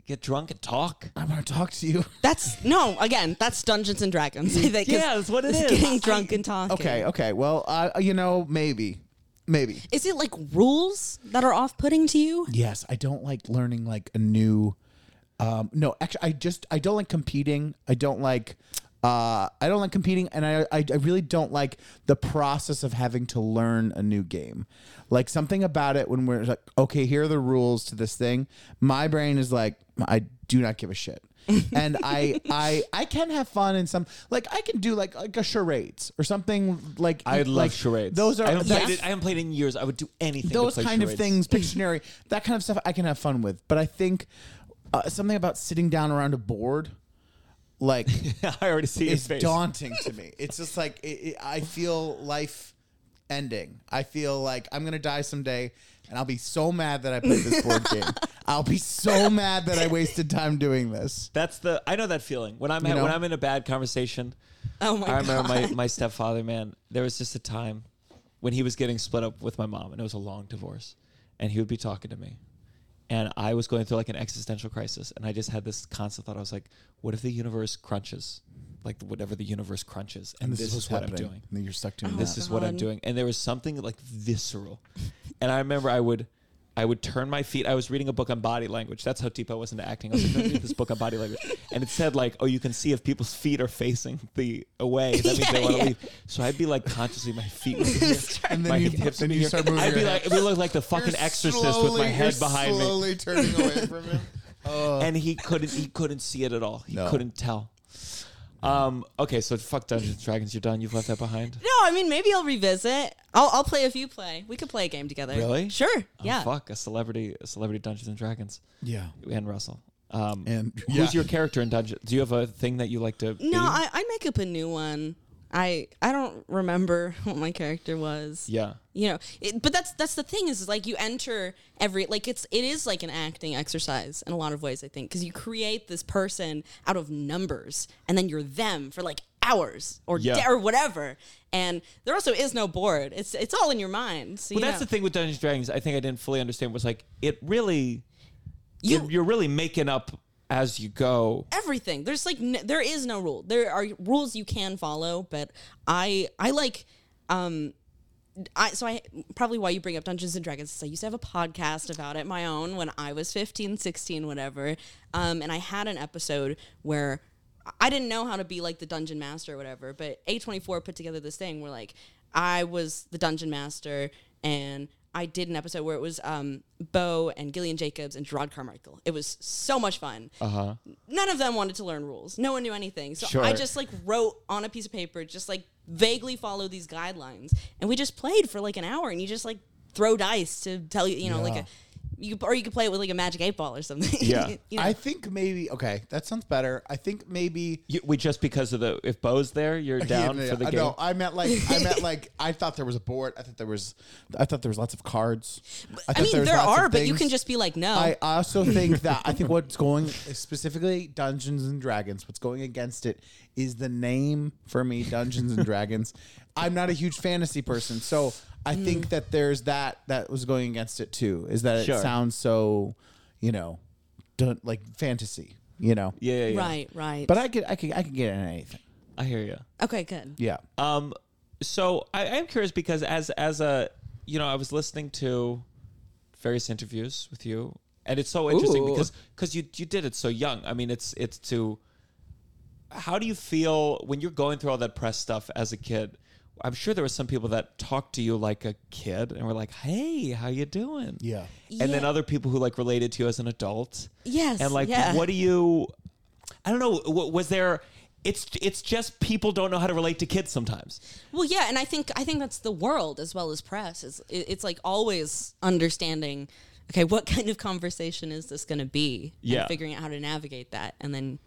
A: get drunk and talk.
B: I want to talk to you.
C: That's no. Again, that's Dungeons and Dragons. They- 'cause
A: Yeah, that's what it
C: it's
A: is.
C: Getting drunk and talking.
B: Okay. Okay. Well, uh, you know, maybe, maybe.
C: Is it like rules that are off-putting to you?
B: Yes, I don't like learning like a new. Um, no, actually, I just I don't like competing. I don't like. Uh, I don't like competing, and I, I I really don't like the process of having to learn a new game. Like something about it when we're like, okay, here are the rules to this thing. My brain is like, I do not give a shit, and I I I can have fun in some like I can do like like a charades or something like like, Those are
A: I haven't,
B: like-
A: played, it, I haven't played in years. I would do anything.
B: those
A: to play
B: kind of
A: charades.
B: things, Pictionary, that kind of stuff, I can have fun with. But I think uh, something about sitting down around a board, like,
A: I already see his
B: is
A: face.
B: daunting to me. It's just like it, it, I feel life ending. I feel like I'm gonna die someday, and I'll be so mad that I played this board game. I'll be so mad that I wasted time doing this.
A: That's the I know that feeling when I'm
B: You know?
A: when I'm in a bad conversation.
C: Oh my
A: I remember my,
C: God.
A: my stepfather, man. There was just a time when he was getting split up with my mom, and it was a long divorce. And he would be talking to me, and I was going through like an existential crisis, and I just had this constant thought. I was like, "What if the universe crunches, like whatever the universe crunches, and, this, is
B: what's
A: what I'm
B: happening.
A: doing." Oh,
B: And You're stuck doing
A: This
B: that.
A: is what I'm
C: God.
A: doing, and there was something like visceral, and I remember I would I would turn my feet. I was reading a book on body language. That's how deep I was into acting. I was like, "Let me read this book on body language. And it said like, oh, you can see if people's feet are facing the away. That means they
C: Yeah,
A: want to
C: yeah.
A: leave. So I'd be like consciously, my feet would be
B: And then
A: my
B: you,
A: hips would
B: then
A: be
B: you
A: here.
B: start moving.
A: I'd be
B: your
A: like,
B: head.
A: it would look like the fucking
B: You're
A: exorcist with
B: slowly-
A: my head
B: you're
A: behind me.
B: Slowly turning away from him.
A: And he couldn't, he couldn't see it at all. He
B: No.
A: couldn't tell. Um, okay, so fuck Dungeons and Dragons. You're done. You've left that behind.
C: No, I mean maybe I'll revisit. I'll I'll play if you play. We could play a game together.
A: Really?
C: Sure.
A: Oh,
C: yeah.
A: Fuck a celebrity, a celebrity Dungeons and Dragons.
B: Yeah.
A: And Russell. Um,
B: And- yeah.
A: who's your character in Dungeons? Do you have a thing that you like to? be?
C: No, I, I make up a new one. I I don't remember what my character was.
A: Yeah.
C: You know, it, but that's that's the thing is, is like you enter every like it's it is like an acting exercise in a lot of ways I think because you create this person out of numbers and then you're them for like hours or
A: Yeah.
C: da- or whatever and there also is no board it's it's all in your mind so
A: Well,
C: you
A: that's
C: know.
A: the thing with Dungeons and Dragons. I think I didn't fully understand was like it really.
C: You-
A: You, you're really making up as you go.
C: everything. There's like n- there is no rule. There are rules you can follow, but I I like um I so I probably why you bring up Dungeons and Dragons is I used to have a podcast about it my own when I was 15, 16, whatever. Um and I had an episode where I didn't know how to be like the dungeon master or whatever, but A24 put together this thing where like I was the dungeon master and I did an episode where it was um, Bo and Gillian Jacobs and Gerard Carmichael. It was so much fun none of them wanted to learn rules. No one knew anything. So
A: Sure.
C: I just like wrote on a piece of paper, just like vaguely follow these guidelines. And we just played for like an hour and you just like throw dice to tell you, you know, like a, you, or you could play it with like a magic eight ball or something.
A: Yeah.
C: You know?
B: I think maybe okay. That sounds better. I think maybe
A: You, we just because of the if Bo's there, you're down
B: Yeah, yeah,
A: for the
B: yeah.
A: game.
B: No, I meant like I meant like I thought there was a board. I thought there was I thought there was lots of cards. I,
C: I
B: thought
C: mean,
B: was
C: there
B: lots of
C: are, but you
B: things.
C: can just be like, no.
B: I also think that I think what's going specifically Dungeons and Dragons. What's going against it is the name for me, Dungeons and Dragons. I'm not a huge fantasy person, so I
C: Mm.
B: think that there's that that was going against it too. Is that
A: Sure.
B: it sounds so, you know, dun- like fantasy, you know?
A: yeah, yeah, yeah.
C: Right, right.
B: But I could I could I could get in anything.
A: I hear you.
C: okay, good.
B: Yeah.
A: Um, so I, I am curious because as as a you know, I was listening to various interviews with you, and it's so interesting
C: Ooh.
A: because because you you did it so young. I mean, it's it's to how do you feel when you're going through all that press stuff as a kid? I'm sure there were some people that talked to you like a kid and were like, "Hey, how you doing?"
B: Yeah.
A: And then
C: Yeah.
A: other people who like related to you as an adult.
C: Yes,
A: And like,
C: yeah.
A: what do you? I don't know. wa- Was there? It's it's just people don't know how to relate to kids sometimes.
C: Well, yeah, and I think I think that's the world as well as press. Is it, it's like always understanding, okay, what kind of conversation is this going to be?
A: Yeah.
C: and figuring out how to navigate that, and then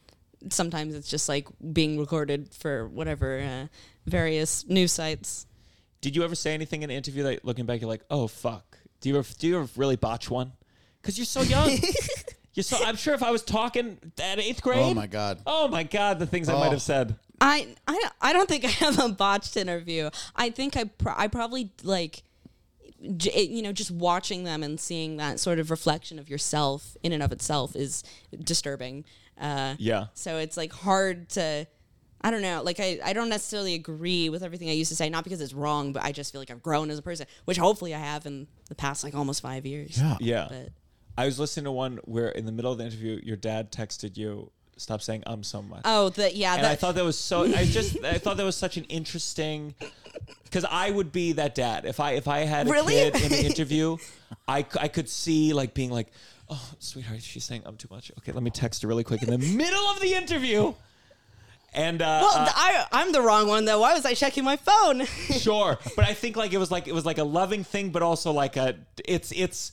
C: sometimes it's just like being recorded for whatever uh, various news sites.
A: Did you ever say anything in an interview that, looking back, you're like, oh fuck? Do you ever, do you ever really botch one? Because you're so young. you're so. I'm sure if I was talking at eighth grade.
B: Oh my god.
A: Oh my god, the things I might
B: Oh.
A: have said.
C: I I don't, I don't think I have a botched interview. I think I pro- I probably like j- it- you know just watching them and seeing that sort of reflection of yourself in and of itself is disturbing. Uh,
A: Yeah.
C: So it's like hard to, I don't know, like I, I don't necessarily agree with everything I used to say, not because it's wrong, but I just feel like I've grown as a person, which hopefully I have in the past like almost five years.
B: Yeah.
A: Yeah.
C: But
A: I was listening to one where in the middle of the interview, your dad texted you, "Stop saying um so much."
C: oh, the yeah,
A: and
C: the,
A: I thought that was so. I just I thought that was such an interesting because I would be that dad if I if I had a
C: Really?
A: kid in an interview, I c- I could see like being like, oh sweetheart, she's saying I'm too much. Okay, let me text her really quick in the middle of the interview. And uh,
C: well,
A: uh,
C: th- I I'm oh, the wrong one though. Why was I checking my phone?
A: sure, but I think like it was like it was like a loving thing, but also like a it's it's.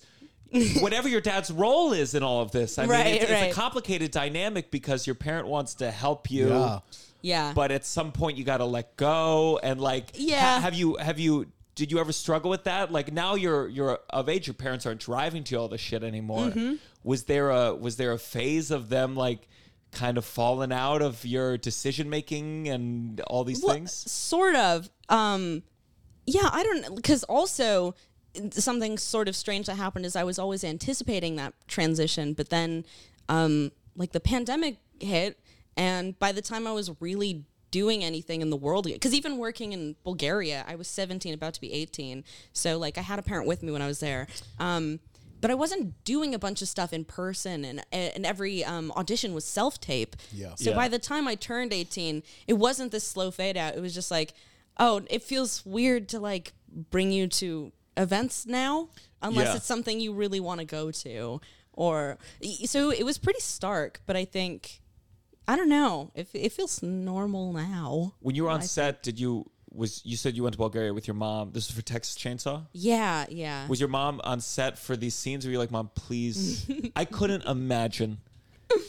A: Whatever your dad's role is in all of this, I mean,
C: Right,
A: it's, it's
C: right.
A: a complicated dynamic because your parent wants to help you,
B: Yeah.
C: yeah.
A: but at some point you got to let go and like
C: Yeah.
A: ha- have you have you did you ever struggle with that like now you're you're of age your parents aren't driving to you all this shit anymore
C: Mm-hmm.
A: was there a was there a phase of them like kind of falling out of your decision making and all these
C: Well,
A: things
C: Sort of. Um, yeah, I don't because also something sort of strange that happened is I was always anticipating that transition, but then um, like the pandemic hit, and by the time I was really doing anything in the world because even working in Bulgaria, I was 17, about to be 18, so like I had a parent with me when I was there. Um, but I wasn't doing a bunch of stuff in person, and and every um, audition was self tape.
B: Yeah.
C: So
A: Yeah.
C: by the time I turned eighteen, it wasn't this slow fade out. It was just like, oh, it feels weird to like bring you to events now, unless
A: Yeah.
C: it's something you really want to go to, or y- so it was pretty stark. But I think. I don't know. It, it feels normal now.
A: When you were on set, did you was you said you went to Bulgaria with your mom? This is for Texas Chainsaw.
C: Yeah, yeah.
A: Was your mom on set for these scenes? Were you like, mom, please? I couldn't imagine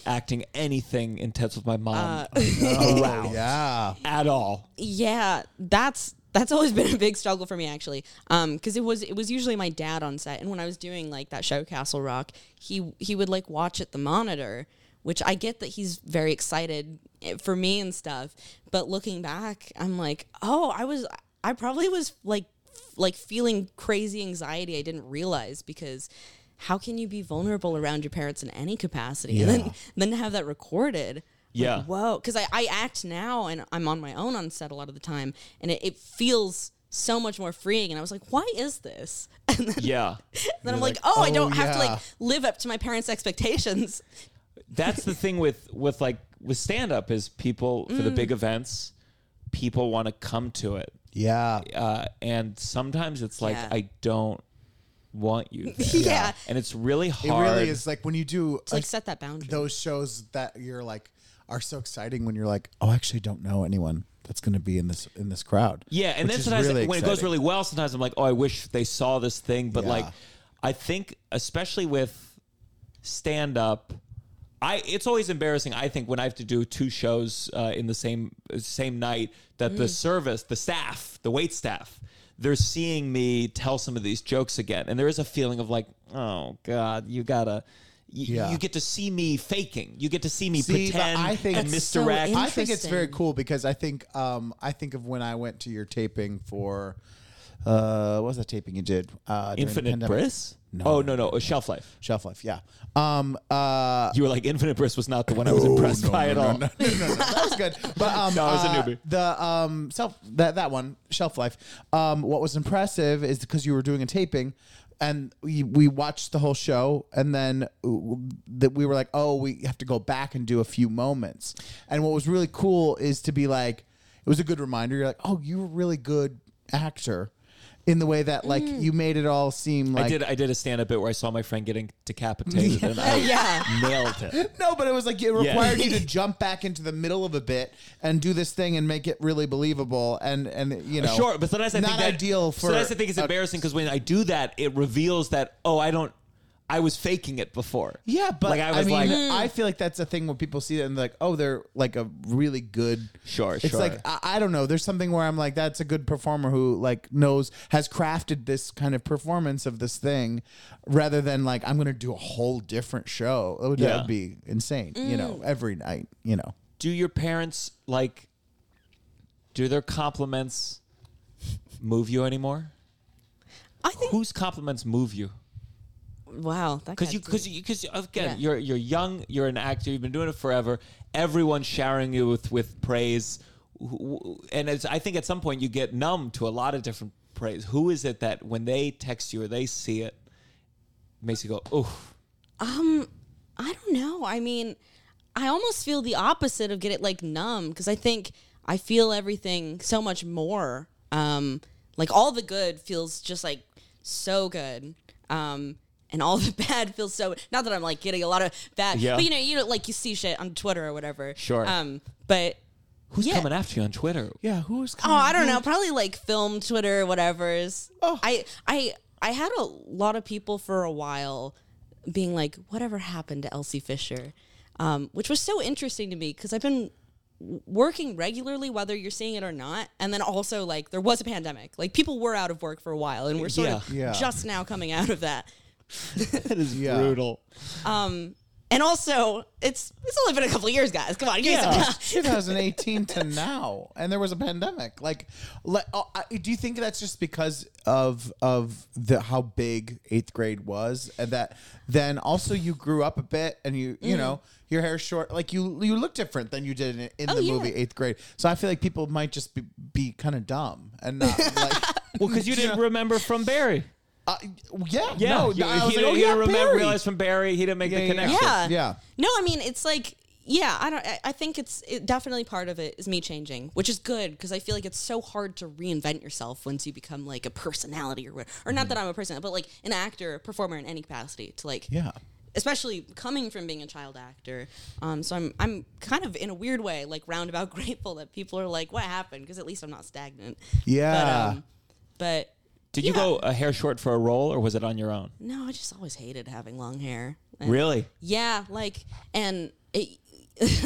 A: acting anything intense with my mom
C: Uh,
A: around
B: Oh, Yeah.
A: at all.
C: yeah that's that's always been a big struggle for me actually um because it was it was usually my dad on set and when i was doing like that show castle rock he he would like watch at the monitor which i get that he's very excited eh, for me and stuff but looking back i'm like oh i was i probably was like f- like feeling crazy anxiety i didn't realize because how can you be vulnerable around your parents in any capacity and then then to have that recorded
A: Yeah.
C: whoa because I, I act now and i'm on my own on set a lot of the time and it, it feels so much more freeing and i was like why is this and then,
A: Yeah.
C: then i'm like, oh, i
B: oh,
C: don't have to
B: yeah.
C: like live up to my parents expectations
A: That's the thing with with like with stand up is people for the big events, people want to come to it.
B: Yeah.
A: uh, and sometimes it's like
C: Yeah.
A: I don't want you. there.
C: Yeah. Yeah.
A: and it's really
B: It
A: hard.
B: really is like when you do
C: to like set that boundary
B: those shows that you're like are so exciting when you're like, oh, I actually don't know anyone that's going to be in this in this crowd.
A: Yeah, and
B: Which
A: then
B: is
A: sometimes
B: really
A: when it goes
B: exciting.
A: really well, sometimes I'm like, oh, I wish they saw this thing. But
B: Yeah.
A: like, I think especially with stand up, I it's always embarrassing. I think when I have to do two shows uh, in the same same night, that
B: Mm.
A: the service, the staff, the wait staff. They're seeing me tell some of these jokes again, and there is a feeling of like, oh God, you gotta, you,
B: Yeah.
A: you get to see me faking, you get to see me
B: See, but
A: pretend
B: I think-
A: and
B: That's
C: so
A: misdirect.
C: in-
B: I think it's very
C: Interesting.
B: cool because I think um, I think of when I went to your taping for uh, what was that taping you did? Uh, during the
A: Infinite
B: pandemic?
A: Briss? oh no, no, a shelf life.
B: Shelf life, yeah. Um, uh,
A: You were like, Infinite Briss was not the one I was impressed by at all.
B: Oh, no, no, no, no, that was good. But um,
A: No, I was a
B: uh,
A: newbie.
B: The um, self that that one shelf life. Um, what was impressive is because you were doing a taping, and we, we watched the whole show, and then uh, that we were like, oh, we have to go back and do a few moments. And what was really cool is to be like, it was a good reminder. You're like, oh, you were a really good actor. In the way that, like, you made it all seem like
A: Mm. I did. I did a stand-up bit where I saw my friend getting decapitated, and I
C: Yeah.
A: nailed it.
B: No, but it was like it required you to jump back into the middle of a bit and do this thing and make it really believable and and you know
A: Sure, but sometimes I
B: not
A: think that,
B: ideal for
A: sometimes I think it's embarrassing because when I do that, it reveals that oh, I don't. I was faking it before.
B: yeah, but
A: like I was
B: mean,
A: like,
B: I feel like that's a thing when people see that and they're like, oh, they're like a really good.
A: Sure,
B: it's
A: sure.
B: like I, I don't know. There's something where I'm like, that's a good performer who like knows has crafted this kind of performance of this thing, rather than like I'm gonna do a whole different show. That would, that
A: Yeah.
B: would be insane, you know, every night, you know.
A: do your parents like? Do their compliments move you anymore?
C: i think
A: Whose compliments move you?
C: wow that
A: because you
C: got
A: because
C: deep.
A: you because again
C: Yeah.
A: you're you're young you're an actor you've been doing it forever everyone's showering you with with praise Wh- wh- and it's, I think at some point you get numb to a lot of different praise who is it that when they text you or they see it makes you go oh
C: I don't know. I mean, I almost feel the opposite of get it like numb because I think I feel everything so much more. Um, like all the good feels just like so good. Um, and all the bad feels so. Not that I'm like getting a lot of bad,
A: Yeah.
C: but you know, you know, like you see shit on Twitter or whatever.
A: Sure.
C: Um, but
A: who's
C: Yeah.
A: coming after you on Twitter
B: Yeah, who's
C: Oh, I don't know. Probably like film, Twitter, whatever's. Oh. I I I had a lot of people for a while being like, "Whatever happened to Elsie Fisher?" Um, which was so interesting to me because I've been w- working regularly, whether you're seeing it or not, and then also like there was a pandemic, like people were out of work for a while, and we're sort of
A: Yeah.
B: Yeah.
C: just now coming out of that.
A: that is
B: Yeah.
A: brutal
C: And also, it's it's only been a couple of years, guys. Come on, give me some time.
B: 2018 to now, and there was a pandemic. Like, le- oh, I- do you think that's just because of of the how big eighth grade was, and that then also you grew up a bit, and you
C: Mm-hmm.
B: you know your hair's short, like you you look different than you did in, in
C: Oh,
B: the
C: yeah.
B: movie eighth grade. So I feel like people might just be, be kind of dumb and not like.
A: well because you didn't remember from Barry
B: Uh, yeah,
A: Yeah,
B: no,
A: you,
B: I was
A: he,
B: like, oh,
A: you
B: yeah,
A: remember,
B: Barry.
A: realized from Barry he didn't make the
B: yeah, yeah.
A: connection.
C: Yeah.
B: Yeah.
C: No, I mean it's like yeah, I don't I, I think it's it, definitely part of it is me changing, which is good because I feel like it's so hard to reinvent yourself once you become like a personality or what or
B: Mm-hmm.
C: not that I'm a person, but like an actor, a performer in any capacity to like
B: yeah,
C: especially coming from being a child actor. Um, so I'm I'm kind of in a weird way like roundabout grateful that people are like, what happened? Because at least I'm not stagnant.
B: Yeah.
C: But, um, but
A: Did you
C: Yeah.
A: go a hair short for a role, or was it on your own?
C: no, I just always hated having long hair. And-
A: Really?
C: Yeah, like and it,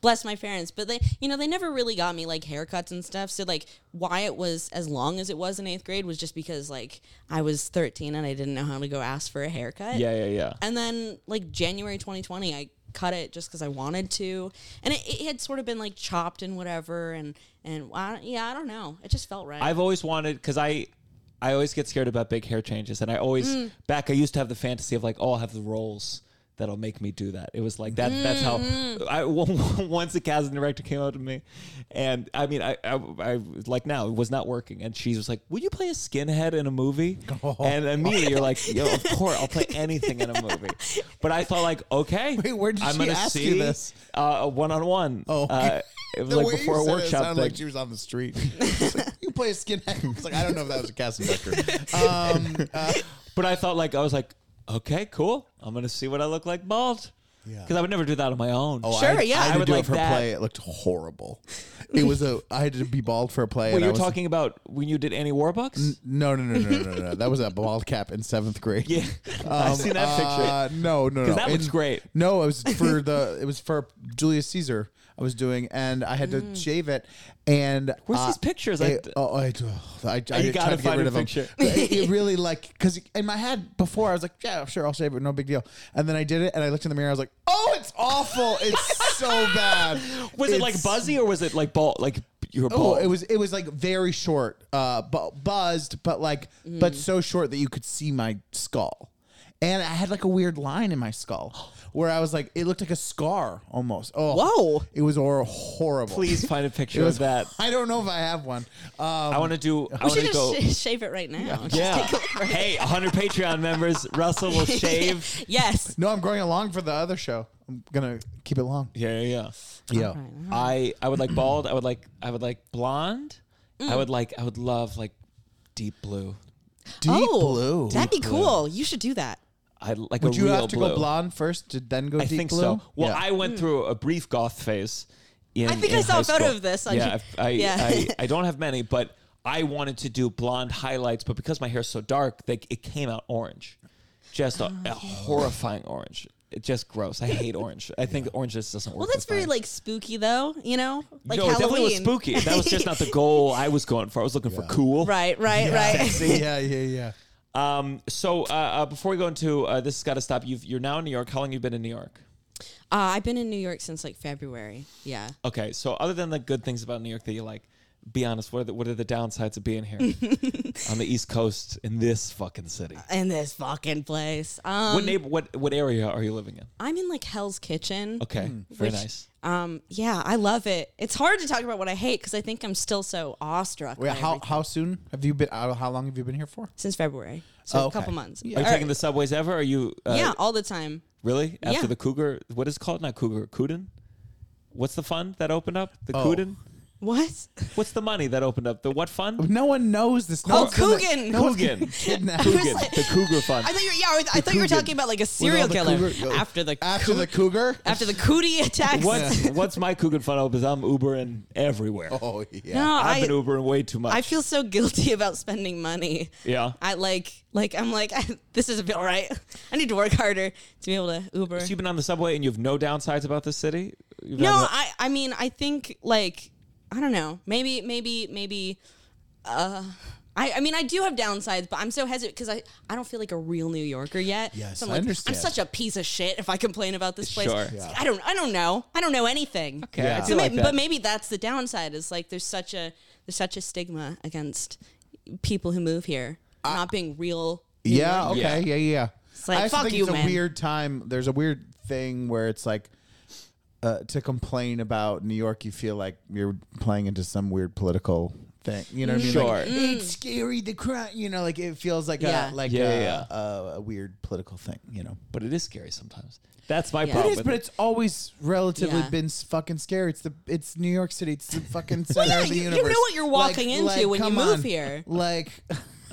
C: bless my parents, but they you know they never really got me like haircuts and stuff. So like why it was as long as it was in eighth grade was just because like I was thirteen and I didn't know how to go ask for a haircut.
A: Yeah, yeah, yeah.
C: And then like January 2020, I cut it just because I wanted to, and it, it had sort of been like chopped and whatever, and and I, yeah, I don't know, it just felt right.
A: I've always wanted because I, I always get scared about big hair changes, and I always back. I used to have the fantasy of like, oh, I'll have the rolls that'll make me do that. It was like that. That's how. I once the casting director came up to me, and I mean, I, I, I like now it was not working, and she was like, "Will you play a skinhead in a movie?"
B: Oh.
A: And immediately you're like, "Yo, of course, I'll play anything in a movie." But I thought like, okay,
B: Wait, where did
A: I'm
B: she
A: gonna
B: ask you
A: see
B: this?
A: Uh, one on one.
B: Oh, okay.
A: it was like before a workshop.
B: sounded
A: thing.
B: like she was on the street. It's like, you play a skinhead. It's like I don't know if that was a casting director. Um, uh,
A: But I thought like I was like, okay, cool. I'm gonna see what I look like bald. Yeah. Because I would never do that on my own.
B: oh,
C: Sure,
B: I,
C: yeah.
A: I
B: I, had to
A: would
B: do
A: like
B: it for
A: that.
B: a play. It looked horrible. It was a. I had to be bald for a play.
A: Well,
B: and I
A: you were
B: was-
A: talking about when you did Annie Warbucks.
B: No, no, no, no, no, no, no. That was a bald cap in seventh grade.
A: Yeah. I've seen that picture.
B: Uh, no, no, no.
A: 'Cause that looks
B: In-
A: great.
B: No, it was for the. It was for Julius Caesar. I was doing, and I had to shave it. And
A: Where's
B: uh,
A: these pictures? I-
B: It, oh, I, oh, I, I tried
A: gotta
B: to get
A: find
B: rid
A: a
B: of them.
A: picture.
B: It, it really like because in my head before I was like, yeah, sure, I'll shave it, no big deal. And then I did it, and I looked in the mirror, I was like, oh, it's awful. It's so bad.
A: Was it like
B: It's-
A: buzzy or was it like bald? Like you were
B: Oh,
A: bald.
B: it was it was like very short, uh, bu- buzzed, but like
A: Mm.
B: but so short that you could see my skull, and I had like a weird line in my skull where I was like, it looked like a scar almost. Oh,
C: Whoa.
B: it was or horrible.
A: Please find a picture
B: it was
A: of that.
B: I don't know if I have one. Um,
A: I want to do. I
C: we
A: want
C: should
A: to
C: just
A: go.
C: sh- shave it right now. Just
A: yeah.
C: take a look right
A: Hey, 100 Patreon members. Russell will shave.
C: yes.
B: no, I'm going along for the other show. I'm gonna keep it long.
A: Yeah, yeah, yeah.
B: Yeah,
A: I I would like bald. I would like I would like blonde.
C: Mm.
A: I would like I would love like deep blue.
B: deep
C: oh,
B: blue.
C: that'd be cool. You should do that.
A: I like
B: Would
A: a
B: you
A: real
B: have to
A: blue.
B: go blonde first to then go
A: I
B: deep
A: think
B: blue?
A: so. Well,
B: Yeah.
A: I went through a brief goth phase. In,
C: Hmm. I think
A: in
C: I saw
A: high
C: a photo
A: school.
C: of this on-
A: yeah, I, I,
C: Yeah.
A: I, I don't have many, but I wanted to do blonde highlights, but because my hair's so dark, they, it came out orange, just a,
C: Oh.
A: a horrifying orange. It's just gross. I hate orange. I think orange just doesn't work.
C: Well, that's
A: with
C: very
A: mine.
C: like spooky though. You know, like
A: no, it
C: Halloween.
A: definitely was spooky. That was just not the goal I was going for. I was looking for cool.
C: right, right, right.
B: yeah, yeah, yeah.
A: Um. So uh, uh, before we go into uh, this, has got to stop. You've, you're now in New York. How long have you been in New York?
C: Uh, I've been in New York since like February. Yeah.
A: Okay, so other than the good things about New York that you like, be honest, what are the, what are the downsides of being here on the East Coast in this fucking city?
C: In this fucking place. Um,
A: what neighbor, what what area are you living in?
C: I'm in like Hell's Kitchen.
A: Okay, very
C: Hmm, Which-
A: nice.
C: Um, yeah, I love it. It's hard to talk about what I hate because I think I'm still so awestruck.
B: Wait,
C: by
B: how
C: everything.
B: how soon have you been? How how long have you been here for?
C: since February, so
B: Oh,
C: a
B: okay.
C: couple months.
A: Are you
C: Or-
A: taking the subways ever? Are you uh,
C: yeah, all the time.
A: really after
C: yeah.
A: the Cougar? What is it called? Not Cougar, Kuden. What's the fund that opened up? The
B: Oh.
A: Kuden.
C: What?
A: What's the money that opened up? The what fund?
B: No one knows this. No
C: Oh,
B: one's gonna-
C: Coogan.
B: No one's
A: Coogan.
B: gonna kidnap-
A: Coogan, the Cougar fund.
C: I thought you were, yeah, I, was- I thought you were
B: Cougar.
C: talking about like a
B: With all
C: serial
B: the
C: killer
B: cougar-
C: after the
B: after
C: coo-
B: the cougar.
C: after the cootie attacks.
A: What's, what's my Cougar fund up is I'm Ubering everywhere.
B: Oh yeah.
C: No,
A: I've
C: I,
A: been Ubering way too much.
C: I feel so guilty about spending money.
A: Yeah.
C: I like like I'm like this isn't all right. I need to work harder to be able to Uber.
A: So you've been on the subway and you have no downsides about this city. You've
C: No,
A: done the-
C: I I mean I think like I don't know. Maybe maybe maybe uh I, I mean I do have downsides, but I'm so hesitant because I, I don't feel like a real New Yorker yet.
B: Yes,
C: so I'm
B: I
C: like,
B: understand.
C: I'm such a piece of shit if I complain about this place.
A: Sure.
C: It's like, I don't I don't know. I don't know anything. Okay.
A: Yeah. I do
C: So
A: like
C: may-
A: that.
C: but maybe that's the downside is like there's such a there's such a stigma against people who move here not being real. New
B: Yeah.
C: Yorkers.
B: Okay. Yeah. Yeah. It's
C: like,
B: I also
C: fuck
B: think
C: you,
B: it's a
C: man.
B: weird time. There's a weird thing where it's like uh, to complain about New York. You feel like you're playing into some weird political thing. You know what I mean? Like,
A: Sure.
B: it's scary to cry. You know, like it feels like
C: Mm. Yeah.
B: a like
A: Yeah,
B: a,
A: yeah.
B: A, a weird political thing. You know,
A: But it is scary sometimes. That's my
C: Yeah. It
A: problem.
B: it is,
A: with
B: but it's always relatively
C: Yeah.
B: been s- fucking scary. It's the it's New York City. It's the fucking center
C: yeah,
B: of the
C: you- you know
B: universe.
C: what you're walking into when you
B: come
C: move here.
B: Like,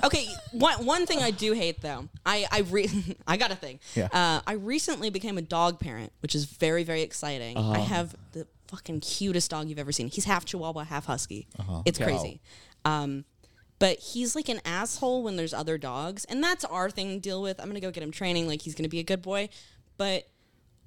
C: Okay, one one thing I do hate though, I I re- I got a thing.
B: Yeah.
C: Uh, I recently became a dog parent, which is very very exciting. I
B: Uh-huh.
C: have the fucking cutest dog you've ever seen. He's half Chihuahua, half Husky.
B: Uh-huh.
C: It's crazy. Um, but he's like an asshole when there's other dogs, and that's our thing to deal with. I'm gonna go get him training. Like he's gonna be a good boy, but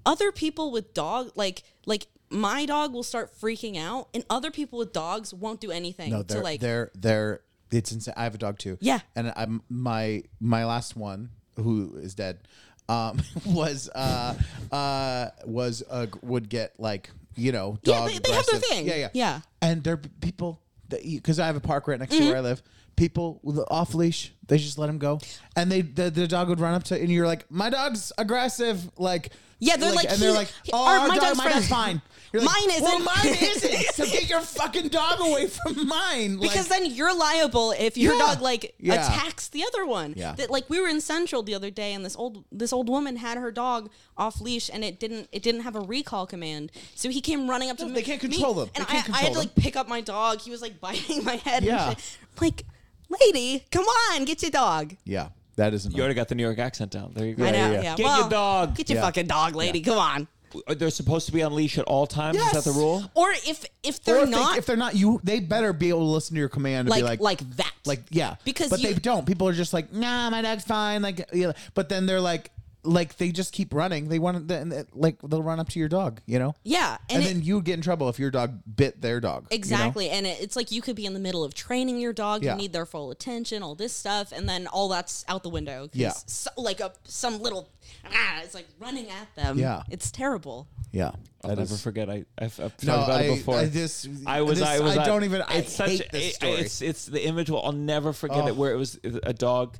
C: other people with dog like like my dog will start freaking out, and other people with dogs won't do anything
B: no,
C: to
B: they're
C: like
B: they're they're it's insane. I have a dog too.
C: Yeah.
B: and I'm my my last one who is dead. Um, was uh uh was uh would get like you know
C: Yeah,
B: dog
C: they- they have their
B: aggressive.
C: thing.
B: yeah yeah
C: Yeah. Mm-hmm.
B: and there are people because I have a park right next to where I live. People with off leash, they just let him go, and they the, the dog would run up to, and you're like, "My dog's aggressive." Like,
C: Yeah, they're like,
B: and they're
C: he-
B: like,
C: he-
B: "Oh,
C: our-
B: our
C: my
B: dog-
C: dog's
B: mine is
C: friend."
B: fine." You're like,
C: Mine
B: Well,
C: isn't."
B: mine isn't. so get your fucking dog away from mine. Like,
C: because then you're liable if your
B: Yeah.
C: dog like
B: Yeah.
C: attacks the other one.
B: Yeah.
C: That like we were in Central the other day and this old this old woman had her dog off leash and it didn't it didn't have a recall command. So he came running up to
B: No,
C: me.
B: they can't control them.
C: And
B: They can't
C: I, I had to
B: control
C: like pick up my dog. He was like biting my head
B: Yeah.
C: and shit. I'm like, lady, come on, get your dog.
B: yeah, that isn't.
A: You already got the New York accent down. There you go.
C: I know,
B: yeah.
C: yeah.
A: Get
C: Well,
A: your dog.
C: Get your
B: Yeah.
C: fucking dog, lady. Come on.
A: Are they supposed to be on leash at all times? Is that the rule?
C: Or if if
B: Or
C: they're
B: if,
C: not
B: they, if they're not, you they better be able to listen to your command and
C: like,
B: be
C: like
B: like,
C: that.
B: like yeah
C: Because
B: but
C: you-
B: they don't people are just like nah my dog's fine like yeah. but then they're like like they just keep running they want to and they- like they'll run up to your dog you know
C: Yeah.
B: and,
C: And, it,
B: then you would get in trouble if your dog bit their dog you know?
C: Exactly. And it, it's like you could be in the middle of training your dog.
B: Yeah.
C: You need their full attention, all this stuff. And then all that's out the window. 'cause
B: Yeah.
C: So, like a, some little, ah, it's like running at them.
B: Yeah.
C: It's terrible.
B: yeah
A: I'll
B: that
A: never
B: is-
A: forget. I, I've, I've talked
B: No,
A: about
B: I-
A: it before.
B: I- this-
A: I was.
B: this-
A: I was.
B: I don't even- I
A: it's such.
B: hate this
A: it-
B: story.
A: It's, it's the image. Will, I'll never forget it. Where it was a dog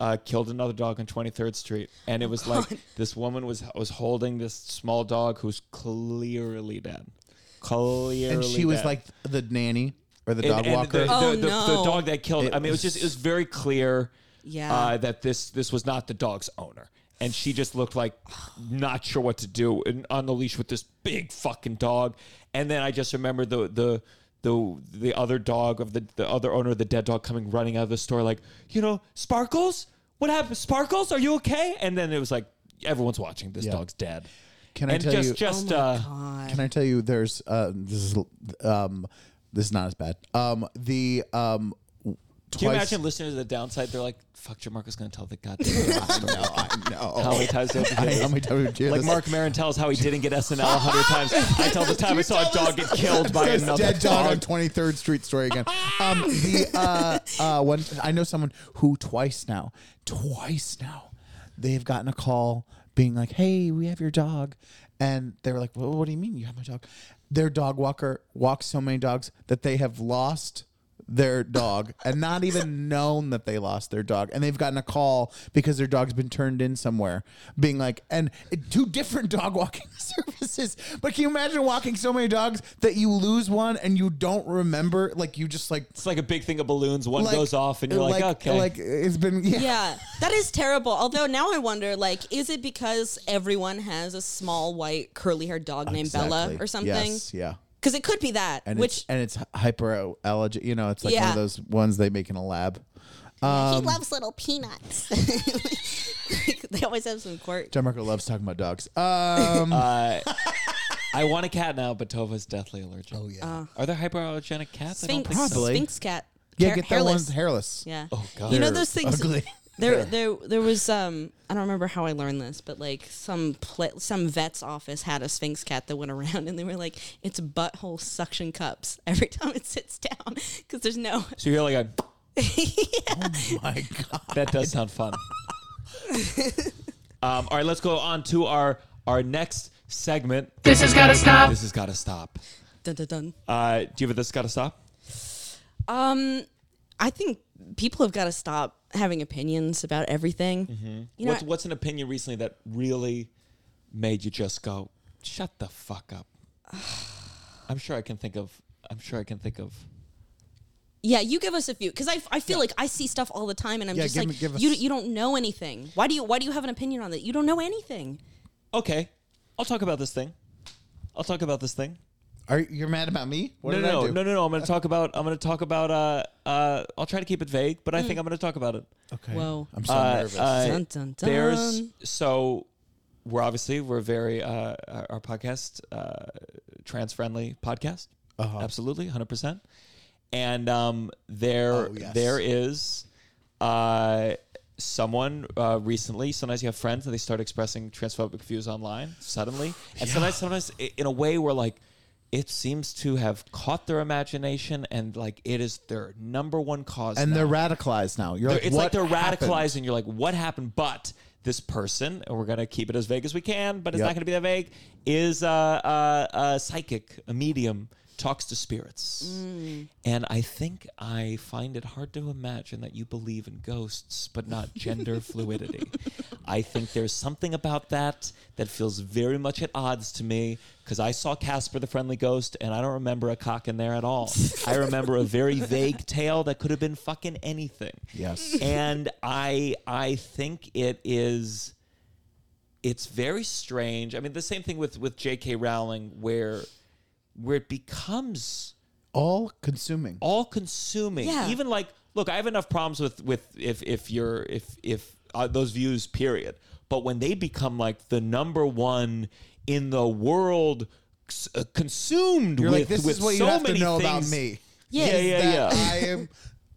A: uh, killed another dog on 23rd Street, and
C: Oh,
A: it was like this woman was was holding this small dog who's clearly dead. Clearly,
B: and she was
A: dead.
B: like the nanny or the
A: And-
B: dog
A: and
B: walker
A: The,
C: Oh,
A: the, the- the
C: no.
A: dog that killed.
B: It
A: I mean, it was just. It was very clear.
C: Yeah.
A: Uh, that this this was not the dog's owner, and she just looked like not sure what to do and on the leash with this big fucking dog. And then I just remember the the. The, the other dog of the, the other owner of the dead dog coming running out of the store like you know sparkles what happened sparkles are you okay and then it was like everyone's watching this
B: Yeah.
A: dog's dead
B: Can I
A: and
B: tell
A: just
B: you-
C: Oh
A: just uh
B: Can I tell you? There's uh, this is um, this is not as bad. Um, the um,
A: can you
B: twice-
A: imagine listening to the downside they're like fuck Jamarcus gonna tell the goddamn story
B: No, I know.
A: how many times do I have to hear this?
B: How many times did you hear
A: Like
B: this?
A: Mark Maron tells how he didn't get SNL a hundred times. I tell the time I saw a dog get killed by
B: There's
A: another
B: dead dog on 23rd Street story again. Um, the uh, uh, one I know someone who twice now, twice now, they've gotten a call being like, "Hey, we have your dog," and they were like, well, "What do you mean you have my dog?" Their dog walker walks so many dogs that they have lost their dog and not even known that they lost their dog and they've gotten a call because their dog's been turned in somewhere being like and two different dog walking services but can you imagine walking so many dogs that you lose one and you don't remember like you just like
A: It's like a big thing of balloons. One goes off, and you're like, okay.
B: like it's been yeah,
C: Yeah. that is terrible. Although now I wonder, like, is it because everyone has a small, white, curly haired dog named Bella
B: Exactly.
C: or something?
B: yes, yeah
C: Because it could be that.
B: and
C: which
B: it's and it's hyperallergic you know it's like one
C: Yeah.
B: of those ones they make in a lab um,
F: he loves little peanuts.
C: they always have some quirk.
B: John Marco loves talking about dogs um
A: uh, I want a cat now, but Tova's deathly allergic. Oh yeah. Are there hyperallergenic cats? I don't think
C: Sphinx,
A: so.
B: Probably.
C: Sphinx cat.
B: yeah
C: Hair-
B: get that
C: hairless.
B: one's hairless
C: Yeah.
A: God.
C: You know
B: They're
C: those things.
B: ugly.
C: There, there, there was. Um, I don't remember how I learned this, but like some pla some vet's office had a sphinx cat that went around, and they were like, "It's butthole suction cups every time it sits down because there's no."
A: So you're like, a,
B: oh my god
A: that does sound fun. um, all right, let's go on to our our next segment.
D: This has gotta stop.
A: This has got to stop.
C: Dun, dun, dun.
A: Uh, do you have a this got to stop?
C: Um, I think people have got to stop having opinions about everything.
B: Mm-hmm.
C: You know,
A: What's, what's an opinion recently that really made you just go, "Shut the fuck up"? I'm sure I can think of. I'm sure I can think of
C: Yeah, you give us a few because I, I feel like I see stuff all the time and I'm
B: Yeah,
C: just
B: give
C: like
B: me- give
C: you
B: us-
C: you don't know anything. Why do you why do you have an opinion on that? You don't know anything.
A: Okay, I'll talk about this thing. I'll talk about this thing.
B: Are you- you're mad about me? What
A: no,
B: did
A: no,
B: I
A: no,
B: do?
A: no, no, no. I'm going to talk about. I'm going to talk about. Uh, uh, I'll try to keep it vague,
C: Hmm.
A: but I think I'm going to talk about it.
B: Okay.
C: Whoa.
B: I'm so
A: Uh,
B: nervous.
A: uh,
C: Dun, dun, dun.
A: There's so we're obviously we're very uh, our our podcast uh, trans friendly podcast.
B: Uh-huh.
A: Absolutely, hundred percent. And um, there
B: Oh, yes.
A: there is uh, someone uh, recently. Sometimes you have friends and they start expressing transphobic views online suddenly, and sometimes sometimes i- in a way where like. It seems to have caught their imagination, and like it is their number one cause.
B: and
A: now
B: they're radicalized now. You're
A: they're-
B: like,
A: it's like
B: what
A: they're
B: happened?
A: radicalized and you're like what happened but this person and we're going to keep it as vague as we can but it's
B: Yep.
A: not going to be that vague is a, uh a psychic a medium talks to spirits
B: Mm.
A: and i think i find it hard to imagine that you believe in ghosts but not gender fluidity i think there's something about that that feels very much at odds to me because i saw casper the friendly ghost and i don't remember a cock in there at all i remember a very vague tale that could have been fucking anything
B: Yes.
A: and I I think it is it's very strange. I mean, the same thing with with J.K. Rowling, where where it becomes
B: All consuming.
A: all consuming.
C: Yeah.
A: Even like, look, I have enough problems with with if if you're if if uh, those views. Period. But when they become like the number one in the world. s- uh, consumed
B: You're
A: with,
B: like, this
A: with
B: is what
A: so
B: you have to
A: many
B: know about
A: things.
B: me.
A: Yeah,
B: is
A: yeah,
B: that
A: yeah.
B: I am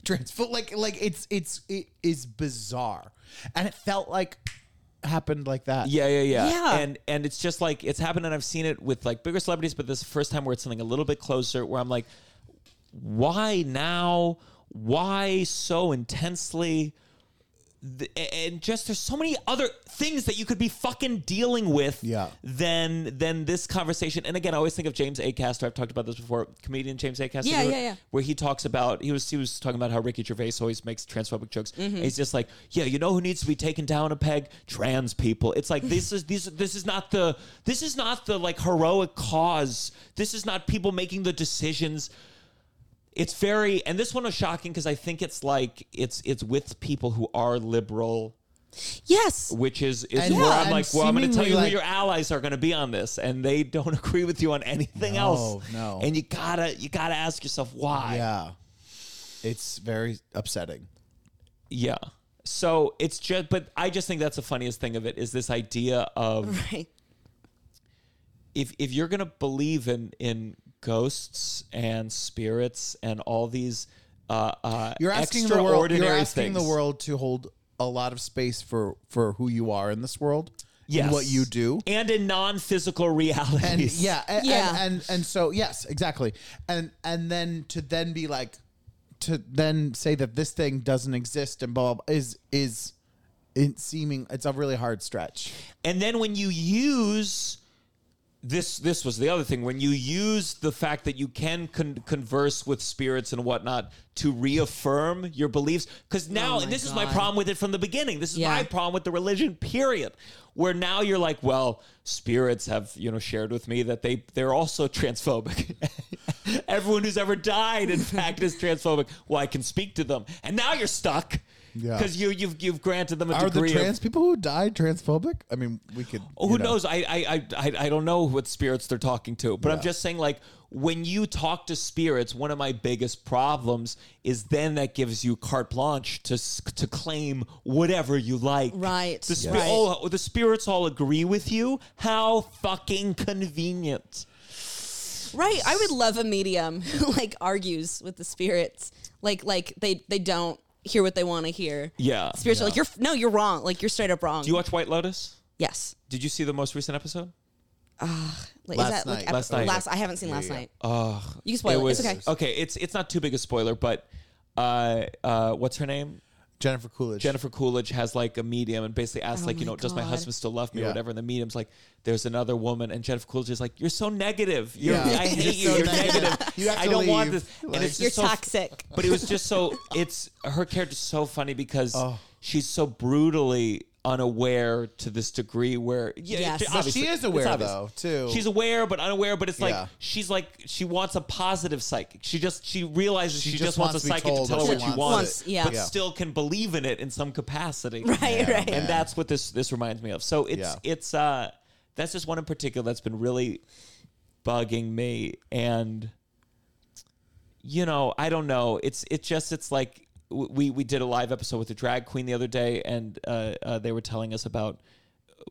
B: transphobic. Like, like it's it's it is bizarre, and it felt like happened like that.
A: Yeah, yeah, yeah,
C: Yeah.
A: And and it's just like it's happened, and I've seen it with like bigger celebrities, but this is the first time where it's something a little bit closer, where I'm like, why now? Why so intensely? The- a- And just there's so many other things that you could be fucking dealing with
B: Yeah.
A: than than this conversation. And again, I always think of James Acaster. I've talked about this before. Comedian James Acaster.
C: Yeah,
A: who-
C: yeah, yeah.
A: where he talks about he was he was talking about how Ricky Gervais always makes transphobic jokes.
B: Mm-hmm.
A: And he's just like, yeah, you know who needs to be taken down a peg? Trans people. It's like this is these this is not the this is not the like heroic cause. This is not people making the decisions. It's very and this one was shocking because I think it's like it's it's with people who are liberal
C: yes.
A: which is, is
B: And-
A: where
B: Yeah,
A: I'm
B: and
A: like, well, I'm going to tell
B: seemingly
A: you
B: like-
A: who your allies are going to be on this, and they don't agree with you on anything
B: No,
A: else.
B: no.
A: and you gotta you gotta ask yourself why.
B: yeah. It's very upsetting.
A: Yeah. So it's just, but I just think that's the funniest thing of it is this idea of
C: Right.
A: if if you're gonna believe in in ghosts and spirits and all these uh, uh,
B: You're asking the world. You're
A: extraordinary
B: asking the
A: things.
B: world to hold a lot of space for for who you are in this world. and
A: Yes.
B: What you do.
A: and in non-physical realities.
B: and yeah, and,
C: Yeah.
B: And, and and so yes, exactly, and and then to then be like, to then say that this thing doesn't exist and blah, blah, blah is is it's seeming it's a really hard stretch.
A: And then when you use this, this was the other thing. When you use the fact that you can con- converse with spirits and whatnot to reaffirm your beliefs, because now, and this is my problem with it from the beginning. This is
C: Yeah.
A: my problem with the religion. Period. Where now you're like, well, spirits have you know shared with me that they they're also transphobic. Everyone who's ever died, in fact, is transphobic. Well, I can speak to them, and now you're stuck.
B: Yeah.
A: Because you you've you've granted them a
B: Are the
A: degree of
B: trans people who died transphobic? I mean, we could.
A: Oh,
B: you
A: who
B: know.
A: knows? I, I I- I I don't know what spirits they're talking to, but I'm just saying like when you talk to spirits, one of my biggest problems is then that gives you carte blanche to s- to claim whatever you like.
C: Right,
A: The, spi-
C: right.
A: oh, the spirits all agree with you. How fucking convenient.
C: Right. I would love a medium who like argues with the spirits. Like like they they don't hear what they want to hear.
A: Yeah.
C: Spirits are like you're f- no, you're wrong. Like you're straight up wrong.
A: Do you watch White Lotus?
C: yes.
A: Did you see the most recent episode?
C: Like,
B: Last night.
C: ep-
A: Last night.
C: Last I haven't seen last night. Oh. You can spoil it. it's okay.
A: It's it's not too big a spoiler, but uh uh what's her name?
B: Jennifer Coolidge.
A: Jennifer Coolidge has like a medium and basically asks like, you
C: my
A: know, does my
C: God.
A: husband still love me or
B: Yeah.
A: whatever? And the medium's like, there's another woman, and Jennifer Coolidge is like, you're so negative. You're,
B: Yeah.
A: I hate you.
B: You're so
A: you're
B: negative.
A: negative.
B: You have
A: I
B: to
A: don't want
B: leave."
A: this.
B: Like-
A: and it's
C: You're
A: just so,
C: toxic.
B: Oh.
A: But it was just so. It's her character's so funny because she's so brutally unaware to this degree where yeah,
C: Yes.
A: it-
C: But she
A: obviously,
B: she is
A: it's
B: aware
A: obvious.
B: though too.
A: She's aware, but unaware. But it's like
B: Yeah.
A: she's like she wants a positive psychic. She just she realizes she, just, wants, a
B: to be
A: psychic to
B: told
A: tell her
B: what
A: what
B: she
A: she wants,
C: wants. Wants, yeah.
A: but
B: Yeah.
A: still can believe in it in some capacity.
C: Right, right.
A: And that's what this this reminds me of. So it's
B: Yeah.
A: it's uh that's just one in particular that's been really bugging me and you know i don't know it's it just it's like w- we we did a live episode with the drag queen the other day and uh, uh, they were telling us about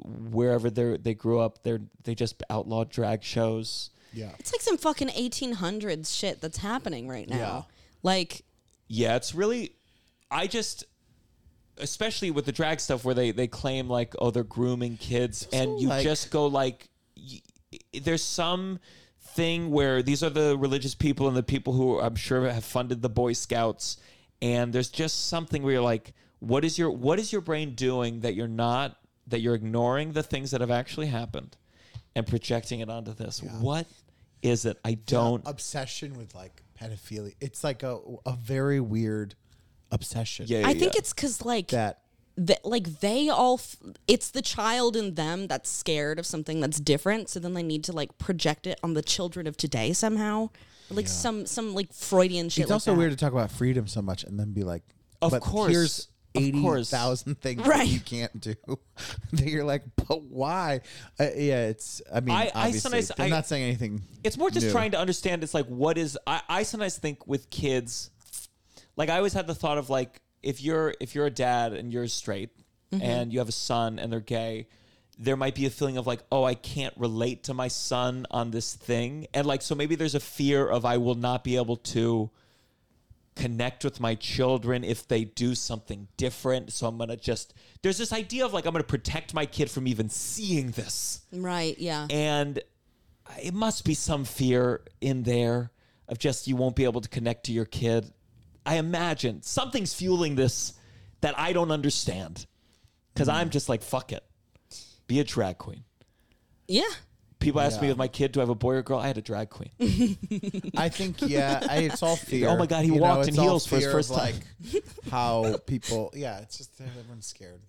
A: wherever they they grew up they they just outlawed drag shows
B: yeah.
C: It's like some fucking 1800s shit that's happening right now.
B: Yeah.
C: Like,
A: yeah it's really i just especially with the drag stuff where they they claim like oh they're grooming kids and you
B: like-
A: just go like y- there's some thing where these are the religious people and the people who i'm sure have funded the boy scouts and there's just something where you're like what is your what is your brain doing that you're not that you're ignoring the things that have actually happened and projecting it onto this what is it i don't
C: Uh,
B: obsession with like pedophilia. It's like a a very weird obsession.
A: yeah, yeah,
C: I think
A: yeah.
C: it's because, like,
B: That
C: th- like they all, f- it's the child in them that's scared of something that's different. So then they need to, like, project it on the children of today somehow. Like, some, some, like, Freudian shit.
B: it's
C: like
B: also
C: that.
B: weird to talk about freedom so much and then be like,
A: Of
B: but
A: course.
B: here's
A: Of
B: eighty
A: course.
B: thousand things that
C: Right.
B: you can't do. that you're like, but why? Uh, yeah, it's. I mean,
A: I- I
B: obviously,
A: sometimes-
B: I'm
A: I-
B: not saying anything.
A: it's more just
B: new.
A: trying to understand it's like what is I, I sometimes think with kids like i always had the thought of like if you're if you're a dad and you're straight and you have a son and they're gay there might be a feeling of like oh i can't relate to my son on this thing and like so maybe there's a fear of i will not be able to connect with my children if they do something different so i'm gonna just there's this idea of like i'm gonna protect my kid from even seeing this
C: Right, yeah.
A: and it must be some fear in there of just you won't be able to connect to your kid. I imagine something's fueling this that I don't understand because I'm just like, fuck it. Be a drag queen.
C: yeah.
A: People ask me with my kid, do I have a boy or girl? I had a drag queen.
B: I think yeah, I, it's all fear.
A: Oh my God, he walked in
B: it's all
A: heels for his
B: fear
A: first
B: of,
A: time.
B: Like how people, yeah, it's just that everyone's scared.